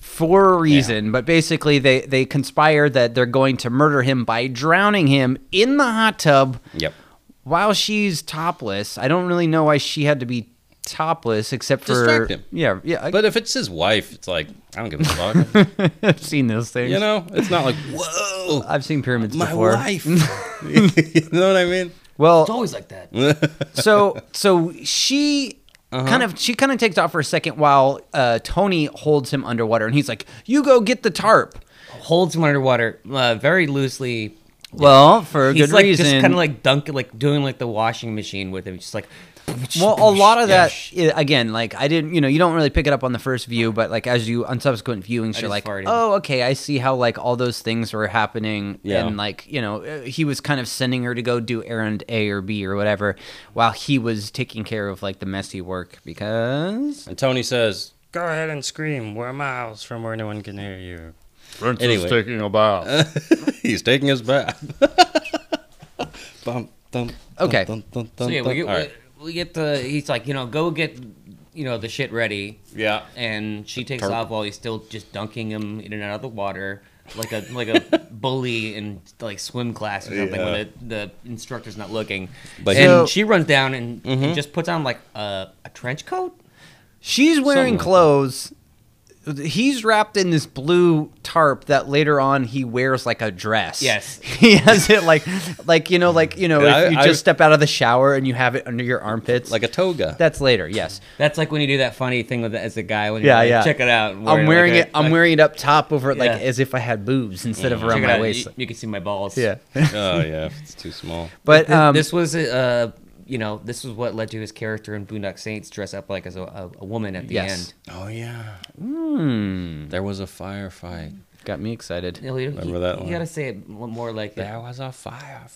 Speaker 1: for a reason, but basically they they conspire that they're going to murder him by drowning him in the hot tub.
Speaker 3: Yep.
Speaker 1: while she's topless, I don't really know why she had to be topless except for
Speaker 3: Distract him.
Speaker 1: Yeah, yeah. I,
Speaker 3: But if it's his wife, it's like I don't give a fuck.
Speaker 1: *laughs* I've seen those things.
Speaker 3: you know, it's *laughs* not like whoa,
Speaker 1: I've seen pyramids
Speaker 3: my
Speaker 1: before.
Speaker 3: *laughs* wife. you know what I mean?
Speaker 2: It's
Speaker 1: Well,
Speaker 2: always like that.
Speaker 1: *laughs* so so she kind of she kind of takes off for a second while uh, Tony holds him underwater, and he's like, "You go get the tarp."
Speaker 2: Holds him underwater uh, very loosely.
Speaker 1: Well, for a
Speaker 2: He's
Speaker 1: good
Speaker 2: like
Speaker 1: reason.
Speaker 2: just kind of like dunking, like doing like the washing machine with him. Just like
Speaker 1: well, a lot of
Speaker 3: Yeah.
Speaker 1: that i- again, like I didn't, you know, you don't really pick it up on the first view, but like as you on subsequent viewings, you're
Speaker 2: just
Speaker 1: like,
Speaker 2: farted.
Speaker 1: oh, okay, I see how like all those things were happening,
Speaker 3: Yeah.
Speaker 1: and like you know, uh, he was kind of sending her to go do errand A or B or whatever, while he was taking care of like the messy work because
Speaker 3: And Tony says,
Speaker 4: Go ahead and scream. We're miles from where no one can hear you.
Speaker 5: Prince
Speaker 3: Anyway.
Speaker 5: is taking a bath.
Speaker 3: *laughs* He's taking his *laughs* bath. Bum, dum, dum,
Speaker 1: Okay.
Speaker 3: dum, dum,
Speaker 2: so
Speaker 3: dum,
Speaker 2: yeah,
Speaker 3: dum.
Speaker 2: we get,
Speaker 3: All right.
Speaker 2: we, we get the. He's like you know go get you know the shit ready,
Speaker 3: Yeah.
Speaker 2: and she takes
Speaker 3: Tarp.
Speaker 2: off while he's still just dunking him in and out of the water. Like a like a
Speaker 1: *laughs*
Speaker 2: bully in like swim class or something
Speaker 3: Yeah.
Speaker 2: when the, the instructor's not looking,
Speaker 3: But
Speaker 2: and
Speaker 1: So-
Speaker 2: she runs down and, and
Speaker 1: Mm-hmm.
Speaker 2: just puts on like a, a trench coat.
Speaker 1: she's
Speaker 3: Something
Speaker 1: wearing
Speaker 3: like that.
Speaker 1: clothes. He's wrapped in this blue tarp that later on he wears like a dress.
Speaker 2: Yes.
Speaker 1: *laughs* he has it like, like you know, like you know,
Speaker 3: Yeah,
Speaker 1: if
Speaker 3: I-
Speaker 1: you
Speaker 3: I-
Speaker 1: just step out of the shower and you have it under your armpits,
Speaker 3: Like a *laughs* toga.
Speaker 1: That's later, yes.
Speaker 2: That's like when you do that funny thing with as a guy when
Speaker 1: Yeah,
Speaker 2: you're like,
Speaker 1: yeah.
Speaker 2: check it out.
Speaker 1: I'm wearing it. I'm wearing it up top over it, like
Speaker 2: Yeah. Mm.
Speaker 1: as if I had boobs instead of
Speaker 2: check
Speaker 1: around
Speaker 2: it
Speaker 1: my
Speaker 2: out,
Speaker 1: waist.
Speaker 2: You, you can see my
Speaker 1: *laughs*
Speaker 2: balls.
Speaker 1: Yeah,
Speaker 3: oh yeah, if it's too small.
Speaker 1: but um,
Speaker 2: *laughs* this was uh you know this was what led to his character in Boondock Saints dress up like as a, a, a woman at the
Speaker 1: Yes.
Speaker 3: Oh yeah. There was a firefight.
Speaker 1: hmm, got me excited.
Speaker 2: end. You,
Speaker 3: Remember that
Speaker 2: You
Speaker 3: one?
Speaker 2: gotta say it mo- more like
Speaker 3: There
Speaker 2: that.
Speaker 3: was a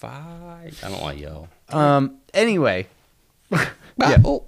Speaker 3: firefight. I don't want yo.
Speaker 1: Um, anyway, *laughs* yeah, Well,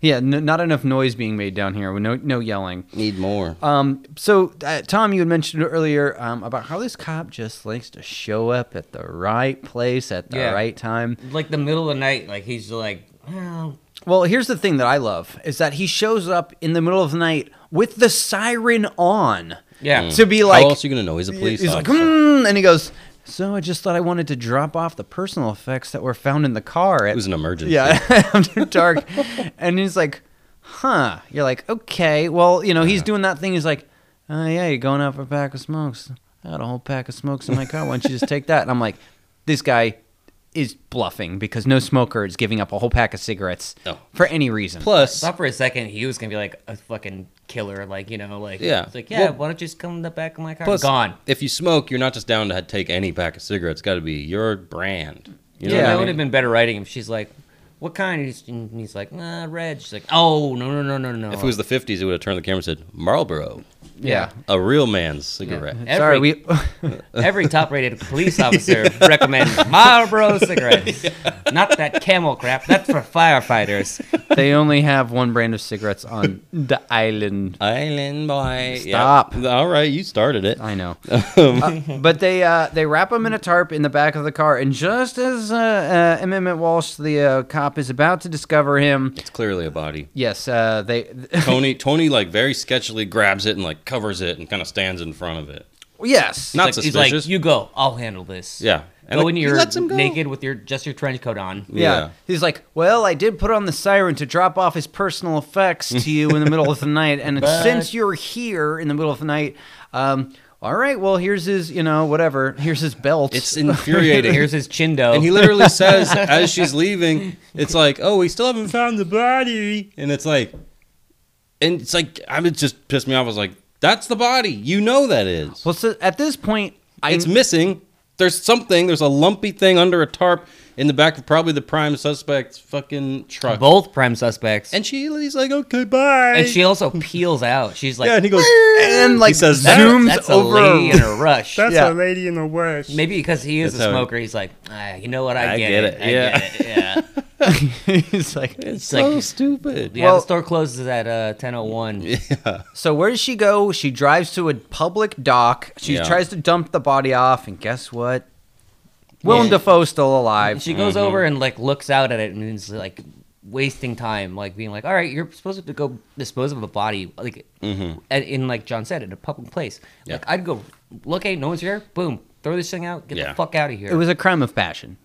Speaker 1: yeah, n- not enough noise being made down here. No, no yelling.
Speaker 3: Need more.
Speaker 1: Um, so uh, Tom, you had mentioned earlier um, about how this cop just likes to show up at the right place at the
Speaker 2: Yeah.
Speaker 1: right time.
Speaker 2: Like the middle of the night, like he's like, well,
Speaker 1: Well, here's the thing that I love is that he shows up in the middle of the night with the siren on.
Speaker 2: yeah.
Speaker 3: Mm.
Speaker 1: To be
Speaker 3: How
Speaker 1: like,
Speaker 3: else are you gonna know he's a police
Speaker 1: He's like,
Speaker 3: officer?
Speaker 1: hmm, and he goes. So I just thought I wanted to drop off the personal effects that were found in the car. At,
Speaker 3: it was an emergency.
Speaker 1: yeah, *laughs* after dark, and he's like, "Huh?" You're like, "Okay." Well, you know, he's doing that thing. He's like, "Oh yeah, you're going out for a pack of smokes. I got a whole pack of smokes in my car. Why don't you just take that?" And I'm like, "This guy is bluffing because no smoker is giving up a whole pack of cigarettes
Speaker 3: No.
Speaker 1: for any reason."
Speaker 3: Plus,
Speaker 2: Thought for a second he was gonna be like a fucking killer, like you know, like
Speaker 3: Yeah.
Speaker 2: it's like yeah,
Speaker 3: Well-
Speaker 2: why don't you just come in the back of my car?
Speaker 3: plus,
Speaker 2: Gone.
Speaker 3: If you smoke, you're not just down to take any pack of cigarettes. Got to be your brand. You know
Speaker 2: yeah,
Speaker 3: what I
Speaker 2: that
Speaker 3: mean?
Speaker 2: would have been better writing if she's like, "What kind?" And he's, and he's like, "Nah, red." She's like, "Oh, no, no, no, no, no."
Speaker 3: If it was the 50s, it would have turned the camera and said, Marlboro,
Speaker 1: yeah.
Speaker 3: a real man's cigarette.
Speaker 2: Yeah.
Speaker 1: Sorry,
Speaker 2: Every-
Speaker 1: we *laughs*
Speaker 3: *laughs*
Speaker 2: every top-rated police officer recommends Marlboro cigarettes. Not that camel crap. That's for firefighters.
Speaker 1: they only have one brand of cigarettes on the island.
Speaker 3: Island boy. Yep.
Speaker 1: Stop.
Speaker 3: All right, you started it.
Speaker 1: I know. Uh, but they uh, they wrap him in a tarp in the back of the car, and just as uh, uh, M. Emmett Walsh, the uh, cop, is about to discover him,
Speaker 3: *laughs* It's clearly a body.
Speaker 1: yes, uh, they *laughs*
Speaker 3: Tony, Tony, like very sketchily grabs it and like covers it and kind of stands in front of it.
Speaker 1: yes,
Speaker 3: Not
Speaker 2: Like, he's
Speaker 3: suspicious.
Speaker 2: like, you go. I'll handle this.
Speaker 3: yeah,
Speaker 2: go in
Speaker 3: he
Speaker 2: your
Speaker 3: lets him go.
Speaker 2: naked with your just your trench coat on.
Speaker 1: Yeah.
Speaker 3: Yeah.
Speaker 1: He's like, Well, I did put on the siren to drop off his personal effects to you in the middle of the night.
Speaker 3: *laughs*
Speaker 1: And
Speaker 2: But-
Speaker 1: since you're here in the middle of the night, um, all right, well, here's his, you know, whatever. Here's his belt.
Speaker 3: *laughs* It's infuriating.
Speaker 2: Here's his chindo.
Speaker 3: And he literally
Speaker 2: *laughs*
Speaker 3: says, as she's leaving, it's like, oh, we still haven't found the body. And it's like, and it's like, I mean, it just pissed me off. I was like, that's the body. You know that is.
Speaker 1: well, so at this point, I,
Speaker 3: it's missing. There's something. There's a lumpy thing under a tarp in the back of probably the prime suspect's fucking truck.
Speaker 2: both prime suspects. And,
Speaker 3: And she, he's like, okay, bye.
Speaker 2: she also peels out. She's like,
Speaker 3: yeah, and he goes,
Speaker 1: and like
Speaker 3: says,
Speaker 2: "That-
Speaker 1: zooms
Speaker 2: that's a
Speaker 1: over.
Speaker 3: *laughs*
Speaker 2: lady in a rush.
Speaker 4: That's
Speaker 1: *laughs*
Speaker 4: a
Speaker 1: Yeah.
Speaker 4: lady in the West.
Speaker 2: Maybe because he is
Speaker 3: That's
Speaker 2: a
Speaker 3: how-
Speaker 2: smoker, he's like, ah, you know what? I,
Speaker 3: I
Speaker 2: get,
Speaker 3: get
Speaker 2: it.
Speaker 3: it,
Speaker 2: I
Speaker 3: yeah."
Speaker 2: get it.
Speaker 3: *laughs*
Speaker 1: *laughs*
Speaker 2: Yeah.
Speaker 1: He's like,
Speaker 3: it's
Speaker 2: like-
Speaker 3: so stupid. *laughs*
Speaker 2: Yeah,
Speaker 1: Well-
Speaker 2: the store closes at uh, 10.01.
Speaker 1: So where does she go? She drives to a public dock. She
Speaker 3: Yeah.
Speaker 1: tries to dump the body off, and guess what? Willem
Speaker 2: Yeah.
Speaker 1: Dafoe's still alive.
Speaker 2: She goes
Speaker 3: Mm-hmm.
Speaker 2: over and like looks out at it and is like wasting time, like being like, "All right, you're supposed to go dispose of a body, like at, in like John said, in a public place.
Speaker 3: Mm-hmm. Yeah.
Speaker 2: Like I'd go look, ain't no one's here. Boom, throw this thing out, get
Speaker 3: Yeah.
Speaker 2: the fuck out of here.
Speaker 1: it was a crime of passion.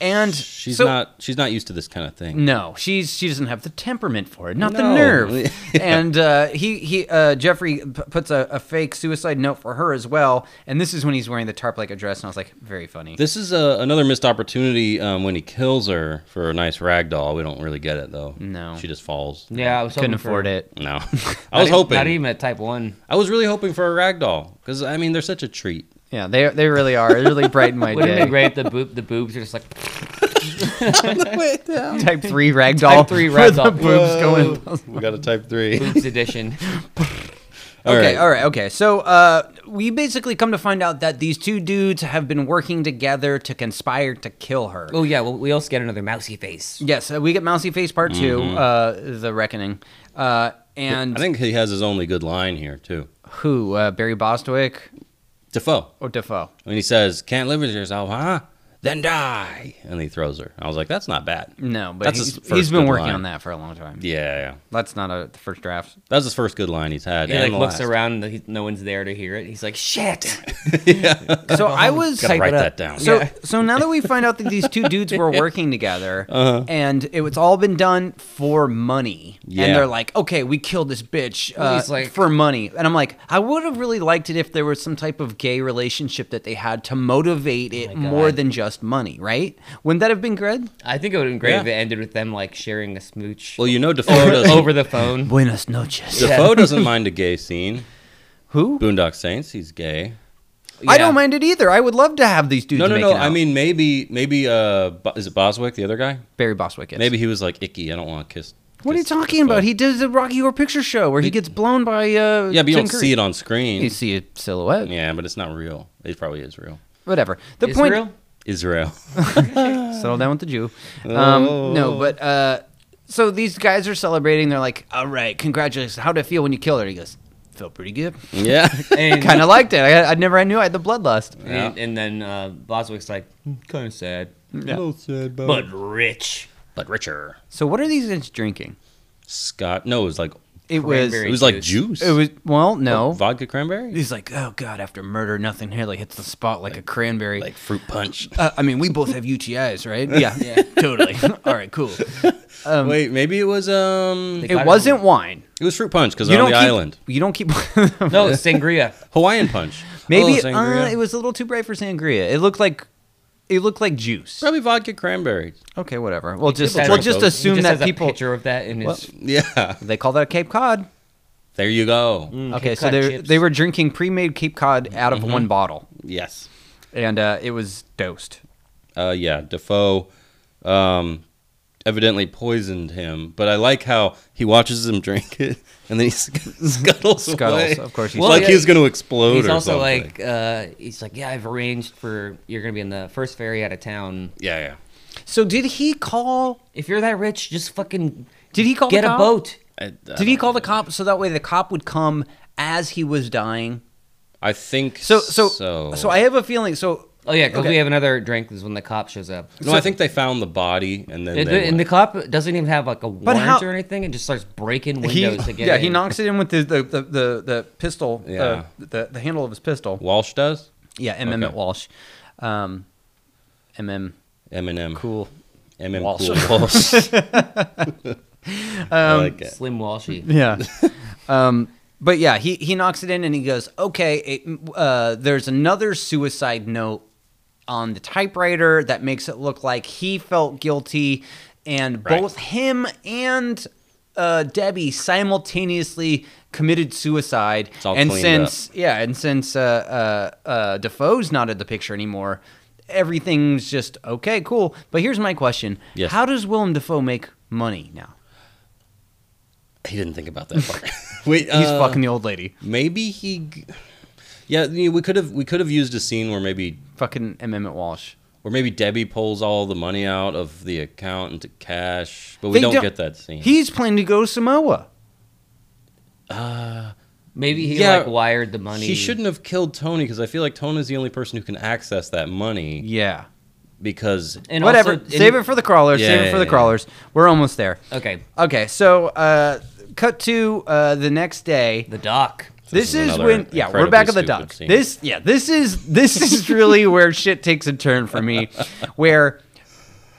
Speaker 1: And
Speaker 3: She's
Speaker 1: so-
Speaker 3: not. She's not used to this kind of thing.
Speaker 1: No, she's she doesn't have the temperament for it, not the
Speaker 3: No. *laughs*
Speaker 1: nerve. and uh, he he uh, Jeffrey p- puts a, a fake suicide note for her as well. And this is when he's wearing the tarp like a dress, and I was like, very funny.
Speaker 3: This is a, another missed opportunity um, when he kills her for a nice rag doll. We don't really get it though.
Speaker 1: No.
Speaker 3: she just falls.
Speaker 2: yeah, I was
Speaker 1: Couldn't
Speaker 2: hoping for-
Speaker 1: afford it.
Speaker 2: *laughs*
Speaker 3: No,
Speaker 2: not
Speaker 3: I was
Speaker 2: even-
Speaker 3: hoping.
Speaker 2: not even at type one,
Speaker 3: I was really hoping for a rag doll because I mean they're such a treat.
Speaker 1: Yeah, they they really are. It really brightened
Speaker 3: *laughs*
Speaker 1: my
Speaker 2: wouldn't it be
Speaker 1: day.
Speaker 2: great if the boob the boobs are
Speaker 1: *laughs*
Speaker 2: just like
Speaker 1: Type
Speaker 3: *laughs*
Speaker 1: three ragdoll. *laughs*
Speaker 2: Type three
Speaker 1: with the
Speaker 2: ragdoll.
Speaker 1: boobs going.
Speaker 3: Oh, we got a type *laughs* three.
Speaker 2: boobs edition?
Speaker 1: okay, all right, okay. So uh, we basically come to find out that these two dudes have been working together to conspire to kill her.
Speaker 2: oh yeah, well, we also get another mousy face.
Speaker 1: Yes, uh, we get Mousy Face Part 2 uh, The Reckoning, uh, and
Speaker 3: Mm-hmm. I think he has his only good line here too.
Speaker 1: who uh, Barry Bostwick
Speaker 3: Defoe
Speaker 1: or Defoe?
Speaker 3: when he says, "Can't live with yourself, huh? Then die." And he throws her. I was like, "That's not bad."
Speaker 1: No, but
Speaker 3: That's
Speaker 1: he's,
Speaker 3: his
Speaker 1: he's
Speaker 3: first
Speaker 1: been
Speaker 3: good
Speaker 1: working
Speaker 3: line.
Speaker 1: on that for a long time.
Speaker 3: Yeah, yeah.
Speaker 1: That's not a the first draft.
Speaker 3: That was his first good line he's had.
Speaker 2: He like
Speaker 3: and the
Speaker 2: looks
Speaker 3: last.
Speaker 2: around, he, no one's there to hear it. He's like, "Shit."
Speaker 3: *laughs*
Speaker 1: *laughs* So I was
Speaker 3: Gotta write
Speaker 1: it up.
Speaker 3: that down.
Speaker 1: So
Speaker 2: Yeah.
Speaker 1: so now that we find out that these two dudes
Speaker 2: *laughs*
Speaker 1: were working together
Speaker 2: Uh-huh.
Speaker 1: and it was all been done for money. And
Speaker 3: Yeah.
Speaker 1: they're like, okay, we killed this bitch
Speaker 2: Well,
Speaker 1: uh,
Speaker 2: he's like-
Speaker 1: for money. And I'm like, I would have really liked it if there was some type of gay relationship that they had to
Speaker 3: Oh
Speaker 1: motivate it
Speaker 2: my
Speaker 1: more
Speaker 2: God.
Speaker 1: than just money, right? Wouldn't that have been good?
Speaker 2: I think it would have been great if it
Speaker 3: Yeah.
Speaker 2: ended with them like sharing a smooch
Speaker 3: Well, you know,
Speaker 2: *laughs*
Speaker 3: Defoe
Speaker 2: over,
Speaker 3: doesn't.
Speaker 2: over the phone.
Speaker 1: Buenos noches.
Speaker 2: Yeah.
Speaker 3: Defoe doesn't mind a gay scene.
Speaker 1: Who?
Speaker 3: Boondock Saints, he's gay.
Speaker 1: I
Speaker 2: Yeah.
Speaker 1: don't mind it either. I would love to have these dudes.
Speaker 3: No, no,
Speaker 1: making
Speaker 3: no.
Speaker 1: out.
Speaker 3: I mean, maybe, maybe. Uh, Bo- is it Boswick, the other guy?
Speaker 1: Barry Bostwick. Is.
Speaker 3: Maybe he was like icky. I don't want to kiss.
Speaker 1: What are you
Speaker 3: kiss
Speaker 1: talking
Speaker 3: Defoe."
Speaker 1: about? He does the Rocky Horror Picture Show where he gets blown by. Uh,
Speaker 3: Yeah, but you
Speaker 1: Jim
Speaker 3: don't
Speaker 1: Curry.
Speaker 3: see it on screen.
Speaker 1: You see a silhouette.
Speaker 3: Yeah, but it's not real. It probably is real.
Speaker 1: Whatever. The
Speaker 2: Israel?
Speaker 1: point.
Speaker 3: Israel.
Speaker 1: Settle down with the Jew. *laughs* Um, No,
Speaker 3: Oh.
Speaker 1: but uh, so these guys are celebrating. They're like, "All right, congratulations. How would it feel when you killed her?" He goes, "Felt pretty good.
Speaker 3: *laughs*
Speaker 1: *laughs*
Speaker 3: yeah.
Speaker 2: And,
Speaker 1: kind of liked it. I, I never I knew I had the bloodlust."
Speaker 2: and, and then uh, Boswick's like, kind of sad, but rich.
Speaker 3: But richer.
Speaker 1: So what are these guys drinking?
Speaker 3: Scott. No, it was like
Speaker 1: It was.
Speaker 2: Cranberry
Speaker 3: it was like
Speaker 2: Juice.
Speaker 3: juice.
Speaker 1: It was well, no.
Speaker 3: vodka cranberry.
Speaker 1: He's like, "Oh God, after murder, nothing really hits the spot like a cranberry."
Speaker 3: Like fruit punch.
Speaker 1: Uh, I mean, we both have UTIs,
Speaker 3: *laughs*
Speaker 1: right? Yeah, totally. *laughs* All right, cool.
Speaker 3: Wait, maybe it was um.
Speaker 2: Like-
Speaker 1: It wasn't wine.
Speaker 3: It was fruit punch because they're on the
Speaker 1: keep,
Speaker 3: island.
Speaker 1: You don't keep. *laughs*
Speaker 3: *laughs*
Speaker 2: *laughs* No, it's sangria.
Speaker 3: Hawaiian punch.
Speaker 1: Maybe
Speaker 3: Oh,
Speaker 1: uh,
Speaker 3: sangria.
Speaker 1: it was a little too bright for sangria. It looked like. It looked like juice.
Speaker 3: probably
Speaker 1: *laughs*
Speaker 3: vodka cranberry.
Speaker 1: Okay, whatever. We'll just
Speaker 2: Has-
Speaker 1: we'll just
Speaker 3: those.
Speaker 1: assume
Speaker 2: he just
Speaker 1: that
Speaker 2: has a
Speaker 1: people
Speaker 2: picture of that in his.
Speaker 3: Yeah.
Speaker 1: they call that a Cape Cod.
Speaker 3: There you go.
Speaker 1: Okay,
Speaker 2: Cape
Speaker 1: so
Speaker 2: Cod
Speaker 1: they
Speaker 2: chips.
Speaker 1: they were drinking pre-made Cape Cod out of one bottle,
Speaker 3: Yes.
Speaker 1: and uh, it was dosed.
Speaker 3: uh, yeah, Defoe um, evidently poisoned him. But I like how he watches him drink *laughs* it and then he sc- scuttles, away.
Speaker 1: Scuttles, of course. He's
Speaker 2: Well,
Speaker 3: like
Speaker 2: yeah,
Speaker 3: he's going to explode.
Speaker 2: He's
Speaker 3: or
Speaker 2: also
Speaker 3: something.
Speaker 2: like, uh, he's like, yeah, I've arranged for you're gonna be in the first ferry out of town.
Speaker 3: yeah, yeah.
Speaker 1: So did he call?
Speaker 2: If you're that rich, just fucking
Speaker 1: Did he call the
Speaker 2: get a
Speaker 1: cop?
Speaker 2: boat.
Speaker 3: I, I
Speaker 1: Did he
Speaker 3: don't-
Speaker 1: call the cop so that way the cop would come as he was dying?
Speaker 3: I think
Speaker 1: So so
Speaker 3: so.
Speaker 1: so, I have a feeling. So
Speaker 2: Oh yeah, because
Speaker 1: Okay.
Speaker 2: we have another drink. Is when the cop shows up.
Speaker 3: no, I think they found the body and then
Speaker 2: And,
Speaker 3: they
Speaker 2: the, and the
Speaker 3: went-
Speaker 2: cop doesn't even have like a warrant
Speaker 1: how-
Speaker 2: or anything, and just starts breaking
Speaker 1: he
Speaker 2: windows to get
Speaker 1: yeah
Speaker 2: in.
Speaker 1: he knocks it in with the the the, the, the pistol
Speaker 3: Yeah.
Speaker 1: the, the the handle of his pistol.
Speaker 3: Walsh does
Speaker 1: Yeah, M M
Speaker 3: Okay.
Speaker 1: at Walsh, um, M M
Speaker 3: Eminem
Speaker 1: cool.
Speaker 3: Eminem
Speaker 1: Walsh. *laughs* Um,
Speaker 3: Cool Walsh. I like it.
Speaker 1: *laughs*
Speaker 2: Slim Walshy.
Speaker 1: Yeah. um, but yeah, he, he knocks it in and he goes, okay, it, uh, there's another suicide note on the typewriter that makes it look like he felt guilty. And
Speaker 3: Right.
Speaker 1: both him and uh, Debbie simultaneously committed suicide.
Speaker 3: It's all
Speaker 1: and
Speaker 3: cleaned
Speaker 1: since, yeah, and since uh, uh, uh, Defoe's not at the picture anymore, everything's just okay, cool. But here's my question
Speaker 3: Yes.
Speaker 1: How does Willem Defoe make money now?
Speaker 3: He didn't think about that part. *laughs* Wait,
Speaker 1: He's
Speaker 3: uh,
Speaker 1: fucking the old lady.
Speaker 3: Maybe he. g- Yeah, you know, we could have we could have used a scene where maybe
Speaker 1: fucking Emmett Walsh.
Speaker 3: where maybe Debbie pulls all the money out of the account into cash, but we don't, get that scene.
Speaker 1: He's planning to go to Samoa.
Speaker 2: Maybe he
Speaker 3: Yeah.
Speaker 2: like wired the money.
Speaker 3: She shouldn't have killed Tony because I feel like Tony's the only person who can access that money
Speaker 1: Yeah.
Speaker 3: because
Speaker 2: And
Speaker 1: Whatever.
Speaker 2: also-
Speaker 1: Save
Speaker 2: and-
Speaker 1: it for the crawlers.
Speaker 3: Yeah,
Speaker 1: Save it
Speaker 3: yeah,
Speaker 1: for the
Speaker 3: yeah.
Speaker 1: crawlers. We're almost there.
Speaker 2: Okay,
Speaker 1: Okay, so uh, cut to uh, the next day.
Speaker 2: the doc.
Speaker 1: This,
Speaker 3: This is
Speaker 1: is,
Speaker 3: another
Speaker 1: when yeah, we're
Speaker 3: incredibly
Speaker 1: back at the
Speaker 3: stupid
Speaker 1: dock.
Speaker 3: scene.
Speaker 1: This yeah, this is this
Speaker 3: *laughs*
Speaker 1: is really where shit takes a turn for me. Where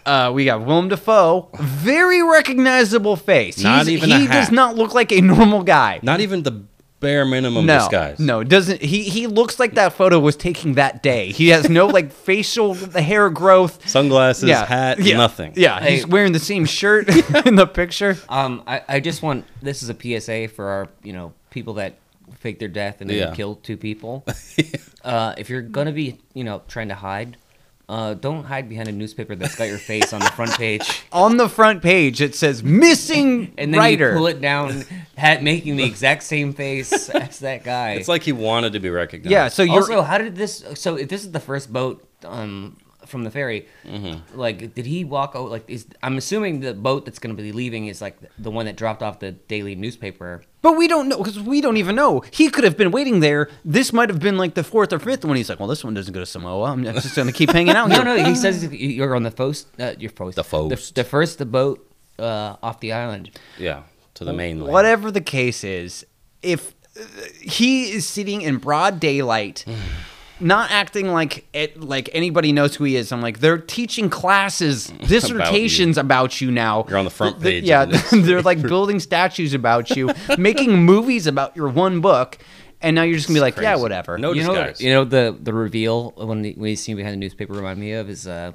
Speaker 1: uh, we got Willem Dafoe, very recognizable face.
Speaker 3: Not
Speaker 1: He's-
Speaker 3: even a
Speaker 1: he does
Speaker 3: hat.
Speaker 1: not look like a normal guy.
Speaker 3: not even the bare minimum
Speaker 1: no,
Speaker 3: disguise.
Speaker 1: No, it doesn't he? He looks like that photo was taken that day. He has no like
Speaker 3: *laughs*
Speaker 1: facial hair growth.
Speaker 3: sunglasses,
Speaker 1: yeah,
Speaker 3: hat,
Speaker 1: yeah,
Speaker 3: nothing.
Speaker 1: Yeah,
Speaker 2: Hey.
Speaker 1: he's wearing the same
Speaker 3: *laughs*
Speaker 1: shirt *laughs* in the picture.
Speaker 2: Um, I, I just want this is a PSA for our you know people that fake their death and then
Speaker 3: Yeah.
Speaker 2: kill
Speaker 1: *laughs*
Speaker 2: two people. uh, if you're gonna be you know trying to hide, uh, don't hide behind a newspaper that's got your face on the front page.
Speaker 1: On the front page, it says "missing
Speaker 2: And then
Speaker 1: writer."
Speaker 2: you pull it down, hat making the exact same face as that guy.
Speaker 3: It's like he wanted to be recognized.
Speaker 1: yeah, so you're
Speaker 2: also, how did this? So if this is the first boat um, from the ferry,
Speaker 1: Mm-hmm.
Speaker 2: like did he walk? Oh, like is I'm assuming the boat that's going to be leaving is like the one that dropped off the daily newspaper.
Speaker 1: But we don't know because we don't even know. He could have been waiting there. This might have been like the fourth or fifth one. He's like, well, this one doesn't go to Samoa. I'm just going to keep hanging out
Speaker 2: No,
Speaker 1: here.
Speaker 2: no, he says you're on the first, uh, your first,
Speaker 3: The first.
Speaker 2: the, the first boat uh, off the island.
Speaker 3: yeah, to the mainland.
Speaker 1: Whatever the case is, if uh, he is sitting in broad
Speaker 3: *sighs*
Speaker 1: daylight, not acting like it, like anybody knows who he is, I'm like, they're teaching
Speaker 3: *laughs*
Speaker 1: classes, dissertations about you, now.
Speaker 3: You're on the front
Speaker 1: Th-
Speaker 3: page
Speaker 1: yeah,
Speaker 3: of this
Speaker 1: *laughs* they're
Speaker 3: *laughs*
Speaker 1: like building statues about you, making movies about your one book, and now you're just gonna be like, yeah,
Speaker 3: crazy.
Speaker 1: whatever.
Speaker 3: No
Speaker 2: you know,
Speaker 3: disguise.
Speaker 2: you know the the reveal when the, when you see behind the newspaper remind me of is uh,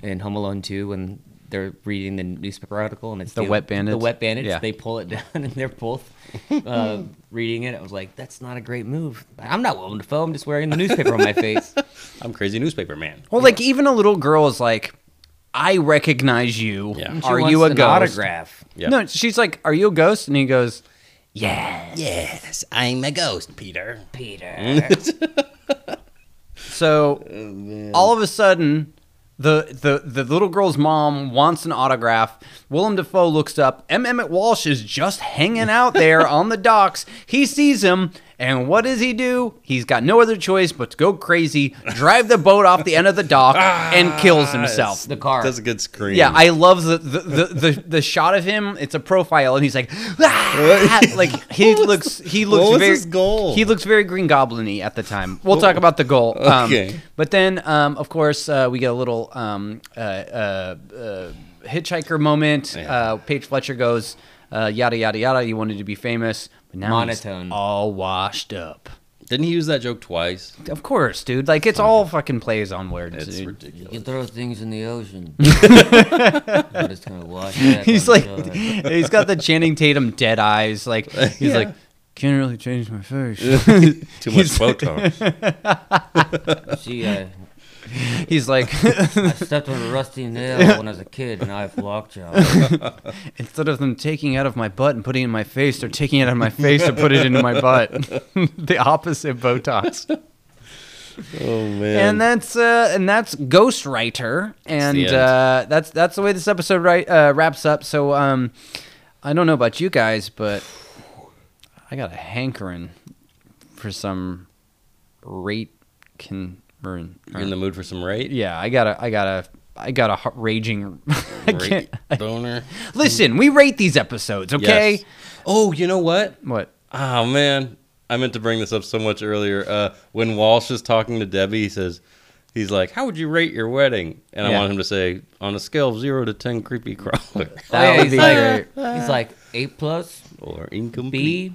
Speaker 2: in Home Alone two when they're reading the newspaper article and it's
Speaker 1: The wet bandits?
Speaker 2: The wet bandits.
Speaker 1: Yeah.
Speaker 2: They pull it *laughs* down and they're both uh, reading it. I was like, that's not a great move. I'm not Willem Dafoe. I'm just wearing the
Speaker 1: *laughs*
Speaker 2: newspaper on my face.
Speaker 3: I'm crazy newspaper man.
Speaker 1: Well, like even a little girl is like, "I recognize you.
Speaker 3: Yeah.
Speaker 2: She
Speaker 1: Are
Speaker 2: wants
Speaker 1: you a
Speaker 2: an
Speaker 1: ghost?"
Speaker 2: autograph?
Speaker 3: Yeah.
Speaker 1: No, she's like, "Are you a ghost?" And he goes,
Speaker 2: Yes,
Speaker 3: Yes, I'm a ghost, Peter.
Speaker 2: Peter.
Speaker 1: "So." all of a sudden, the the the little girl's mom wants an autograph. Willem Dafoe looks up. M. Emmett Walsh is just hanging out there on the docks. He sees him. And what does he do? He's got no other choice but to go crazy, drive the boat off the end of the dock, and kills himself.
Speaker 2: the car.
Speaker 3: That's a good screen.
Speaker 1: Yeah, I love the the, the, the the shot of him. It's a profile, and he's like, "Ah!" like
Speaker 3: *laughs*
Speaker 1: he
Speaker 3: What was
Speaker 1: looks he
Speaker 3: what
Speaker 1: looks
Speaker 3: was
Speaker 1: very
Speaker 3: his goal? Oh.
Speaker 1: He looks very Green Goblin-y at the time. We'll talk about the goal. Um,
Speaker 3: Okay.
Speaker 1: but then um, of course uh, we get a little um, uh, uh, uh, hitchhiker moment.
Speaker 3: Yeah.
Speaker 1: Uh, Paige Fletcher goes, uh, "Yada yada yada." You wanted to be famous, but now he's
Speaker 2: Monotone.
Speaker 1: all washed up.
Speaker 3: Didn't he use that joke twice?
Speaker 1: Of course, dude. Like it's all fucking plays on words.
Speaker 3: It's
Speaker 1: dude.
Speaker 3: ridiculous.
Speaker 2: You throw things in
Speaker 1: *laughs*
Speaker 2: the ocean. I'm just gonna wash that
Speaker 1: he's
Speaker 2: on
Speaker 1: like
Speaker 2: shore.
Speaker 1: *laughs* he's got the Channing Tatum dead eyes.
Speaker 3: *laughs*
Speaker 1: Like he's like can't really change my face.
Speaker 3: Too much
Speaker 1: *laughs*
Speaker 3: Botox.
Speaker 2: she uh,
Speaker 1: he's like *laughs*
Speaker 2: I stepped on a rusty nail when I was a kid, and I have lockjaw.
Speaker 1: instead of them taking out of my butt and putting it in my face, they're *laughs* taking it out of my face to put it into my butt. the opposite Botox.
Speaker 3: Oh man.
Speaker 1: and that's uh, and that's Ghostwriter, and
Speaker 3: the end.
Speaker 1: uh, that's that's the way this episode right, uh, wraps up. So um, I don't know about you guys, but I got a hankering for some rate can
Speaker 3: You're in the mood for some rate?
Speaker 1: yeah. I got a I got a I got a har- raging. *laughs* I can't.
Speaker 3: *laughs* Rate boner.
Speaker 1: Listen, we rate these episodes, okay?
Speaker 3: Yes. Oh, you know what?
Speaker 1: What?
Speaker 3: Oh man, I meant to bring this up so much earlier. Uh, when Walsh is talking to Debbie, he says, "He's like, how would you rate your wedding?" And I
Speaker 1: Yeah.
Speaker 3: want him to say, "On a scale of zero to ten, creepy crawler,
Speaker 1: That
Speaker 2: yeah,
Speaker 1: would
Speaker 2: he's
Speaker 1: be
Speaker 2: like,
Speaker 1: great.
Speaker 2: He's like A plus,
Speaker 3: *laughs* or incomplete."
Speaker 2: B,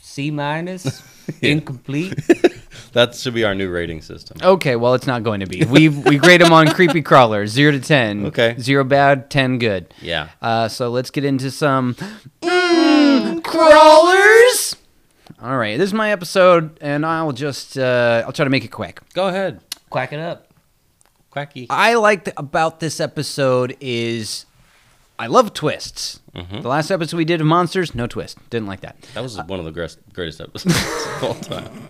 Speaker 2: C *laughs* minus,
Speaker 3: Yeah.
Speaker 2: incomplete.
Speaker 3: *laughs* That should be our new rating system.
Speaker 1: Okay, well, it's not going to be. We we grade them on creepy crawler, zero to ten.
Speaker 3: Okay.
Speaker 1: zero bad, ten good.
Speaker 3: Yeah.
Speaker 1: Uh, so let's get into some Mm, crawlers. All right, this is my episode, and I'll just uh, I'll try to make it quick.
Speaker 3: Go ahead,
Speaker 2: Quack it up.
Speaker 3: quacky.
Speaker 1: I liked about this episode is I love twists.
Speaker 3: Mm-hmm.
Speaker 1: The last episode we did of monsters, no twist. Didn't like that.
Speaker 3: That was one of the gres- greatest episodes *laughs* of all time.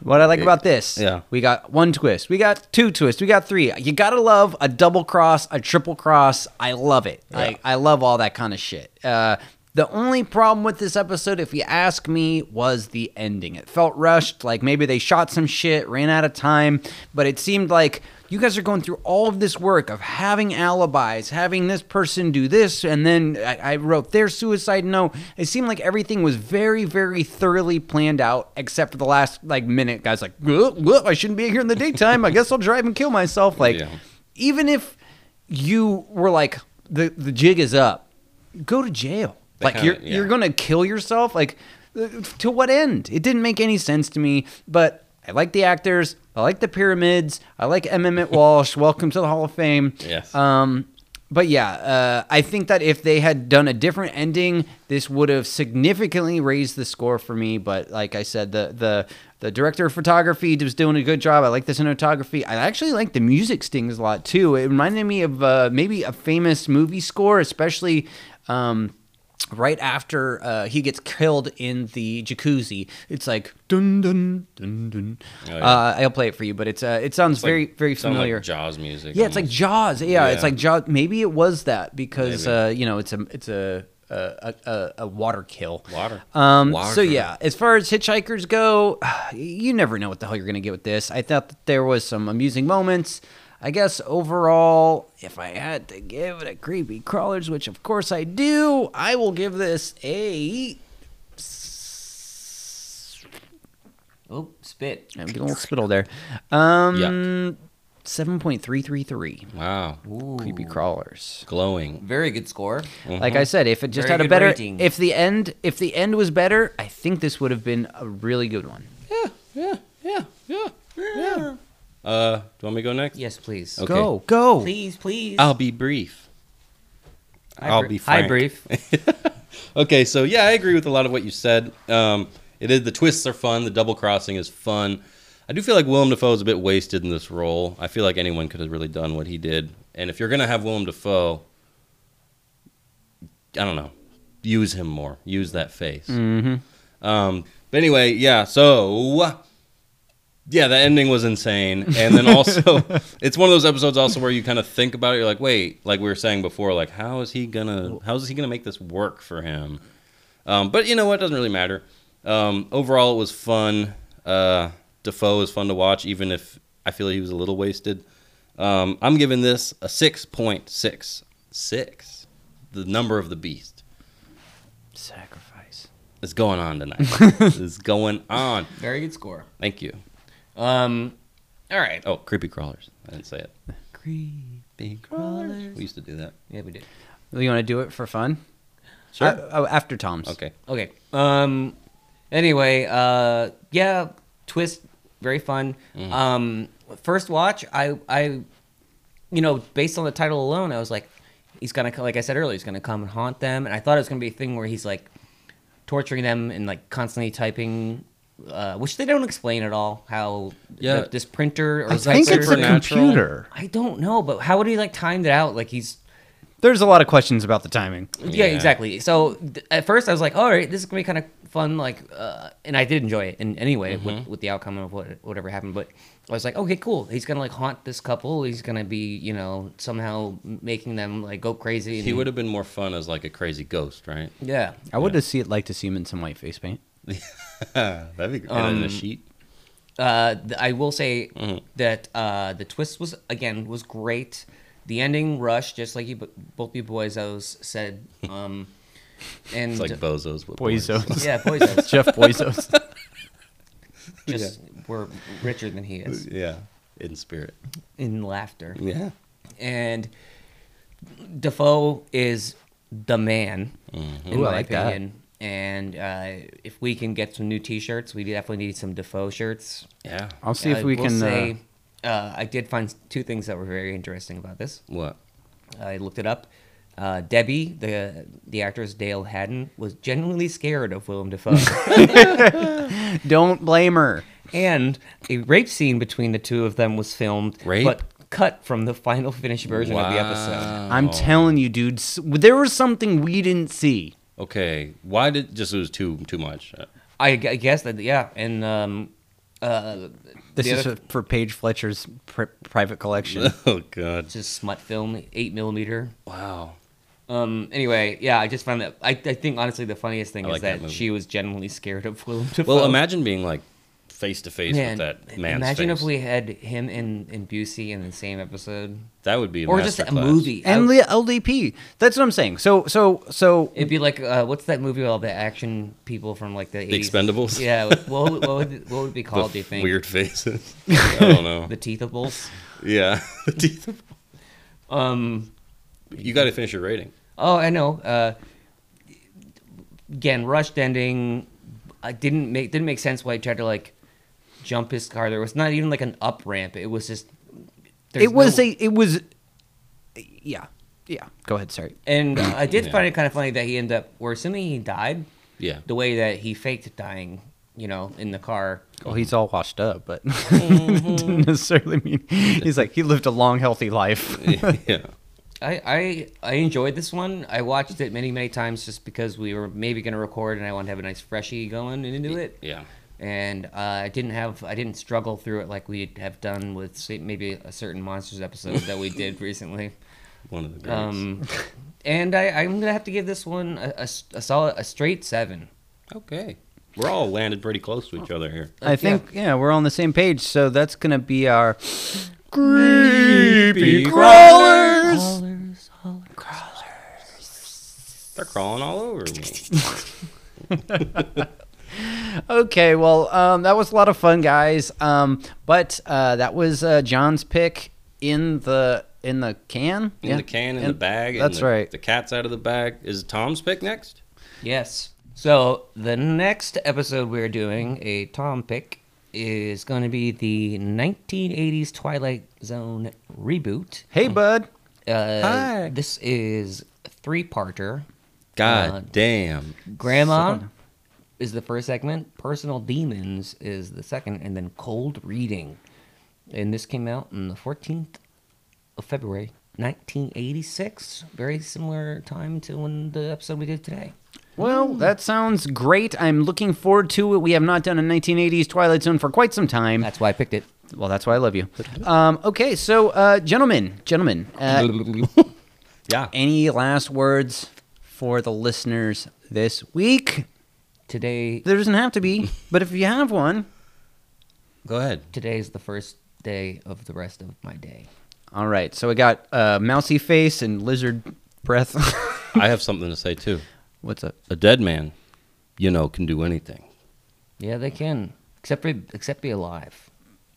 Speaker 1: What I like about this,
Speaker 3: Yeah.
Speaker 1: we got one twist, we got two twists, we got three. You gotta love a double cross, a triple cross. I love it. I, I love all that kind of shit. Uh, the only problem with this episode, if you ask me, was the ending. It felt rushed, like maybe they shot some shit, ran out of time, but it seemed like you guys are going through all of this work of having alibis, having this person do this, and then I, I wrote their suicide note. It seemed like everything was very, very thoroughly planned out, except for the last like minute. Guys, like, "Whoop, whoop, I shouldn't be here in the daytime. I guess I'll drive and kill myself. Like,
Speaker 3: Yeah.
Speaker 1: even if you were like, the the jig is up, go to jail.
Speaker 3: They
Speaker 1: like
Speaker 3: kinda-
Speaker 1: you're
Speaker 3: yeah.
Speaker 1: you're gonna kill yourself. Like, uh, to what end? It didn't make any sense to me. But I like the actors. I like the pyramids. I like M. Emmett Walsh. Welcome to the Hall of Fame.
Speaker 3: Yes.
Speaker 1: Um, but yeah, uh, I think that if they had done a different ending, this would have significantly raised the score for me. But like I said, the the the director of photography was doing a good job. I like the cinematography. I actually like the music stings a lot too. It reminded me of uh, maybe a famous movie score, especially. Um, Right after uh, he gets killed in the jacuzzi, it's like dun dun dun dun.
Speaker 3: Oh, yeah.
Speaker 1: uh, I'll play it for you, but it's uh, it sounds very very
Speaker 3: Sound
Speaker 1: familiar.
Speaker 3: Like Jaws music.
Speaker 1: Yeah, it's like
Speaker 3: almost.
Speaker 1: Jaws. Yeah, it's
Speaker 3: Yeah.
Speaker 1: like Jaws. Maybe it was that because
Speaker 3: Maybe.
Speaker 1: uh, you know it's a it's a a, a- a, a water kill.
Speaker 3: Water.
Speaker 1: Um, So
Speaker 3: Water.
Speaker 1: yeah, as far as hitchhikers go, *sighs* you never know what the hell you're gonna get with this. I thought that there was some amusing moments. I guess overall, if I had to give it a creepy crawlers, which of course I do, I will give this a.
Speaker 2: Oh, spit.
Speaker 1: I'm getting a little spittle there. Um,
Speaker 3: Yuck.
Speaker 1: seven point three three three
Speaker 3: Wow.
Speaker 1: creepy
Speaker 2: Ooh.
Speaker 1: crawlers.
Speaker 3: Glowing.
Speaker 2: Very good score.
Speaker 1: Like I said, if it just
Speaker 2: Mm-hmm. Very
Speaker 1: had a
Speaker 2: good
Speaker 1: better,
Speaker 2: rating.
Speaker 1: if the end, if the end was better, I think this would have been a really good one.
Speaker 3: Yeah. Yeah. Yeah. Yeah. Uh, do you want me to go next?
Speaker 2: Yes, please.
Speaker 3: Okay.
Speaker 1: Go, go.
Speaker 2: Please, please.
Speaker 3: I'll be brief.
Speaker 2: Hi,
Speaker 3: I'll
Speaker 2: Bri-
Speaker 3: be
Speaker 2: Hi,
Speaker 3: frank.
Speaker 2: brief.
Speaker 3: Okay, so yeah, I agree with a lot of what you said. Um, it is the twists are fun, the double crossing is fun. I do feel like Willem Dafoe is a bit wasted in this role. I feel like anyone could have really done what he did. And if you're gonna have Willem Dafoe, I don't know, use him more, use that face.
Speaker 1: Mm-hmm.
Speaker 3: Um, but anyway, yeah. So yeah, the ending was insane, and then also it's one of those episodes also where you kind of think about it. You're like, wait, like we were saying before, like how is he gonna how is he gonna make this work for him? Um, but you know what? It doesn't really matter. Um, overall, it was fun. Uh, Defoe is fun to watch, even if I feel he was a little wasted. Um, I'm giving this a 6.6. Six. The number of the beast
Speaker 1: Sacrifice.
Speaker 3: is going on tonight. it's going on.
Speaker 2: *laughs* Very good score.
Speaker 3: Thank you.
Speaker 2: Um, all right.
Speaker 3: Oh, creepy crawlers. I didn't say it. Creepy
Speaker 2: crawlers.
Speaker 3: We used to do that.
Speaker 2: Yeah, we did.
Speaker 1: You want to do it for fun?
Speaker 3: Sure.
Speaker 1: Uh, oh, after Tom's.
Speaker 3: okay.
Speaker 2: Okay. Um. Anyway. Uh. Yeah. Twist. Very fun. Um. First watch. I. I. You know, based on the title alone, I was like, he's gonna co- like I said earlier, he's gonna come and haunt them, and I thought it was gonna be a thing where he's like torturing them and like constantly typing. Uh, which they don't explain at all how
Speaker 3: Yeah.
Speaker 2: th- this printer or
Speaker 1: I
Speaker 2: this
Speaker 1: think it's a
Speaker 2: computer-
Speaker 3: supernatural?
Speaker 1: computer.
Speaker 2: I don't know, but how would he like timed it out? Like he's
Speaker 1: There's a lot of questions about the timing.
Speaker 3: Yeah.
Speaker 2: yeah, exactly. So th- at first I was like, all right, this is gonna be kind of fun like uh, and i did enjoy it in anyway with,
Speaker 3: Mm-hmm.
Speaker 2: with the outcome of what whatever happened but i was like okay cool he's gonna like haunt this couple he's gonna be you know somehow making them like go crazy
Speaker 3: He
Speaker 2: and-
Speaker 3: would have been more fun as like a crazy ghost,
Speaker 2: *laughs*
Speaker 3: right?
Speaker 2: yeah
Speaker 1: I would have see it like to see him in some white face paint.
Speaker 3: That'd be great. and then
Speaker 2: Um,
Speaker 3: a sheet.
Speaker 2: uh, th- I will say
Speaker 3: Mm-hmm.
Speaker 2: that uh, the twist was again was great. The ending rush, just like you b- both you boys
Speaker 3: *laughs*
Speaker 2: said, um, and
Speaker 3: It's like bozos.
Speaker 1: *laughs*
Speaker 3: But
Speaker 1: Boyzos.
Speaker 2: *laughs* yeah,
Speaker 3: *laughs*
Speaker 2: boys
Speaker 1: Jeff Boyzos.
Speaker 2: just were richer than he *laughs*
Speaker 3: boys.
Speaker 2: is
Speaker 3: Yeah. In spirit.
Speaker 2: in laughter.
Speaker 3: Yeah.
Speaker 2: and Defoe is the man in
Speaker 1: Mm-hmm. Ooh, I
Speaker 2: my
Speaker 1: like that.
Speaker 2: opinion. And uh, if we can get some new T-shirts, we definitely need some Defoe shirts.
Speaker 3: Yeah.
Speaker 1: *laughs* I'll see
Speaker 2: I
Speaker 1: if we
Speaker 2: will
Speaker 1: can.
Speaker 2: Say,
Speaker 1: uh,
Speaker 2: uh, I did find two things that were very interesting about this.
Speaker 3: What?
Speaker 2: I looked it up. Uh, Debbie, the the actress Dale Haddon, was genuinely scared of
Speaker 1: *laughs*
Speaker 2: Willem Dafoe,
Speaker 1: don't blame her.
Speaker 2: and a rape scene between the two of them was filmed,
Speaker 3: Rape?
Speaker 2: but cut from the final finished version of the episode.
Speaker 3: Wow.
Speaker 1: I'm telling you, dude. s- There was something we didn't see.
Speaker 3: Okay. Why did just it was too too
Speaker 2: *laughs*
Speaker 3: much? Uh,
Speaker 2: I, gu- I guess that yeah, and um, uh,
Speaker 1: This
Speaker 2: The
Speaker 1: is
Speaker 2: other-
Speaker 1: for Paige Fletcher's pri- private collection.
Speaker 3: Oh god.
Speaker 2: just smut film, eight millimeter.
Speaker 3: Wow.
Speaker 2: Um, anyway, yeah, I just found that. I, I think honestly, the funniest thing
Speaker 3: I
Speaker 2: is
Speaker 3: like that
Speaker 2: that,
Speaker 3: movie.
Speaker 2: she was genuinely scared of Willem Dafoe.
Speaker 3: Well, imagine being like face to face with that man's
Speaker 2: imagine
Speaker 3: face.
Speaker 2: if we had him and, and Busey in the same episode,
Speaker 3: that would be a
Speaker 2: or just a
Speaker 3: masterclass.
Speaker 2: movie. I
Speaker 1: and
Speaker 2: would-
Speaker 1: the LDP. That's what I'm saying. So, so, so.
Speaker 2: it'd be like uh, what's that movie with all the action people from like the, 80s?
Speaker 3: Expendables?
Speaker 2: Yeah, what what would, what would what would it
Speaker 3: *laughs*
Speaker 2: be
Speaker 3: The
Speaker 2: called? do you think
Speaker 3: Weird
Speaker 2: *laughs*
Speaker 3: faces. I don't know.
Speaker 2: the Teethables?
Speaker 3: yeah. The teeth.
Speaker 2: Um,
Speaker 3: You got to finish your rating.
Speaker 2: Oh, I know. Uh, again, rushed ending. I didn't make didn't make sense why he tried to like jump his car. There was not even like an up ramp. It was just. there's
Speaker 1: It was
Speaker 2: no-
Speaker 1: a. It was. Yeah. Yeah. Go ahead. Sorry.
Speaker 2: And I did
Speaker 3: Yeah.
Speaker 2: find it kind of funny that he ended up. We're assuming he died
Speaker 3: Yeah.
Speaker 2: the way that he faked dying. You know, in the car.
Speaker 1: Well, he's all washed up, but *laughs*
Speaker 3: Mm-hmm.
Speaker 1: that didn't necessarily mean he's like he lived a long, healthy life.
Speaker 3: *laughs* yeah.
Speaker 2: I, I I enjoyed this one. I watched it many many times just because we were maybe gonna record and I wanted to have a nice freshie going into it.
Speaker 3: Yeah.
Speaker 2: and uh, I didn't have I didn't struggle through it like we have done with say, maybe a certain monsters episode that
Speaker 1: *laughs*
Speaker 2: we did recently.
Speaker 3: One of the greats.
Speaker 2: Um, and I, I'm gonna have to give this one a, a s- a solid a straight seven.
Speaker 3: okay. We're all landed pretty close to each other here.
Speaker 1: *laughs* I
Speaker 2: Like, yeah.
Speaker 1: think yeah. we're on the same page. So that's gonna be our
Speaker 3: Creepy
Speaker 1: crawlers.
Speaker 3: They're crawling all over me.
Speaker 1: Okay, well, um, that was a lot of fun, guys. Um, but uh, that was uh, John's pick in the in the can.
Speaker 3: In
Speaker 1: Yeah.
Speaker 3: the can, in
Speaker 1: In-
Speaker 3: the bag. in
Speaker 1: that's
Speaker 3: the-
Speaker 1: right.
Speaker 3: The cat's out of the bag. Is Tom's pick next?
Speaker 2: Yes. So the next episode we're doing a Tom pick is going to be the 1980s Twilight Zone reboot.
Speaker 1: Hey, bud.
Speaker 2: Uh,
Speaker 1: Hi.
Speaker 2: This is three parter.
Speaker 3: God
Speaker 2: Uh,
Speaker 3: damn.
Speaker 2: Grandma is the first segment. Personal Demons is the second, and then Cold Reading. And this came out on the 14th of February, 1986. Very similar time to when the episode we
Speaker 1: *laughs*
Speaker 2: did today.
Speaker 3: Hmm.
Speaker 1: Well, that sounds great. I'm looking forward to it. We have not done a 1980s Twilight Zone for quite some time.
Speaker 2: That's why I picked it.
Speaker 1: well, that's why I love you. Um, okay, so uh, gentlemen, gentlemen, uh,
Speaker 3: Yeah.
Speaker 1: any last words for the listeners this week?
Speaker 2: Today,
Speaker 1: There doesn't have to
Speaker 3: *laughs*
Speaker 1: be, but if you have one,
Speaker 3: Go ahead.
Speaker 2: today is the first day of the rest of my day.
Speaker 1: all right. So we got uh, mousy face and lizard breath. *laughs*
Speaker 3: I have something to say too.
Speaker 1: What's up?
Speaker 3: A dead man, you know, can do anything.
Speaker 2: Yeah, they can, except for except be alive.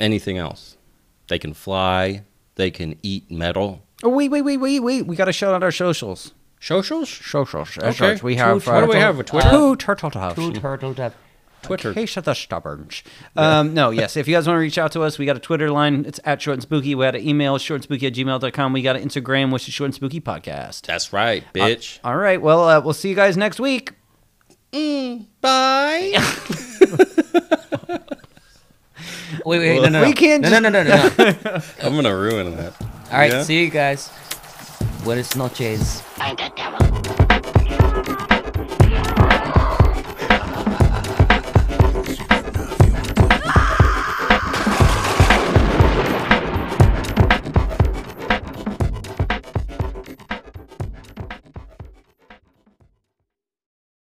Speaker 3: Anything else. They can fly. They can eat metal.
Speaker 1: Oh wait, wait, wait, wait, wait. We got to shout out our socials.
Speaker 3: Socials?
Speaker 1: Socials.
Speaker 3: Okay.
Speaker 1: We have.
Speaker 3: What do we have? A Twitter?
Speaker 1: Two turtle doves.
Speaker 2: True turtle dove.
Speaker 3: Twitter.
Speaker 1: Okay, shut the stubborns. Um, no, yes. If you guys want to reach out to us, we got a Twitter line. It's at short and spooky. We got an email, short and spooky at gmail.com. We got an Instagram, which is short and spooky podcast.
Speaker 3: That's right, bitch.
Speaker 1: All right. Well, uh, we'll see you guys next week.
Speaker 3: Bye. *laughs*
Speaker 2: Wait, wait, no, no, no.
Speaker 1: We can't
Speaker 2: no,
Speaker 1: just-
Speaker 2: no, no, no, no.
Speaker 1: *laughs*
Speaker 3: I'm gonna ruin that.
Speaker 2: All right,
Speaker 3: Yeah?
Speaker 2: see you guys. Buenas noches.
Speaker 5: Buenas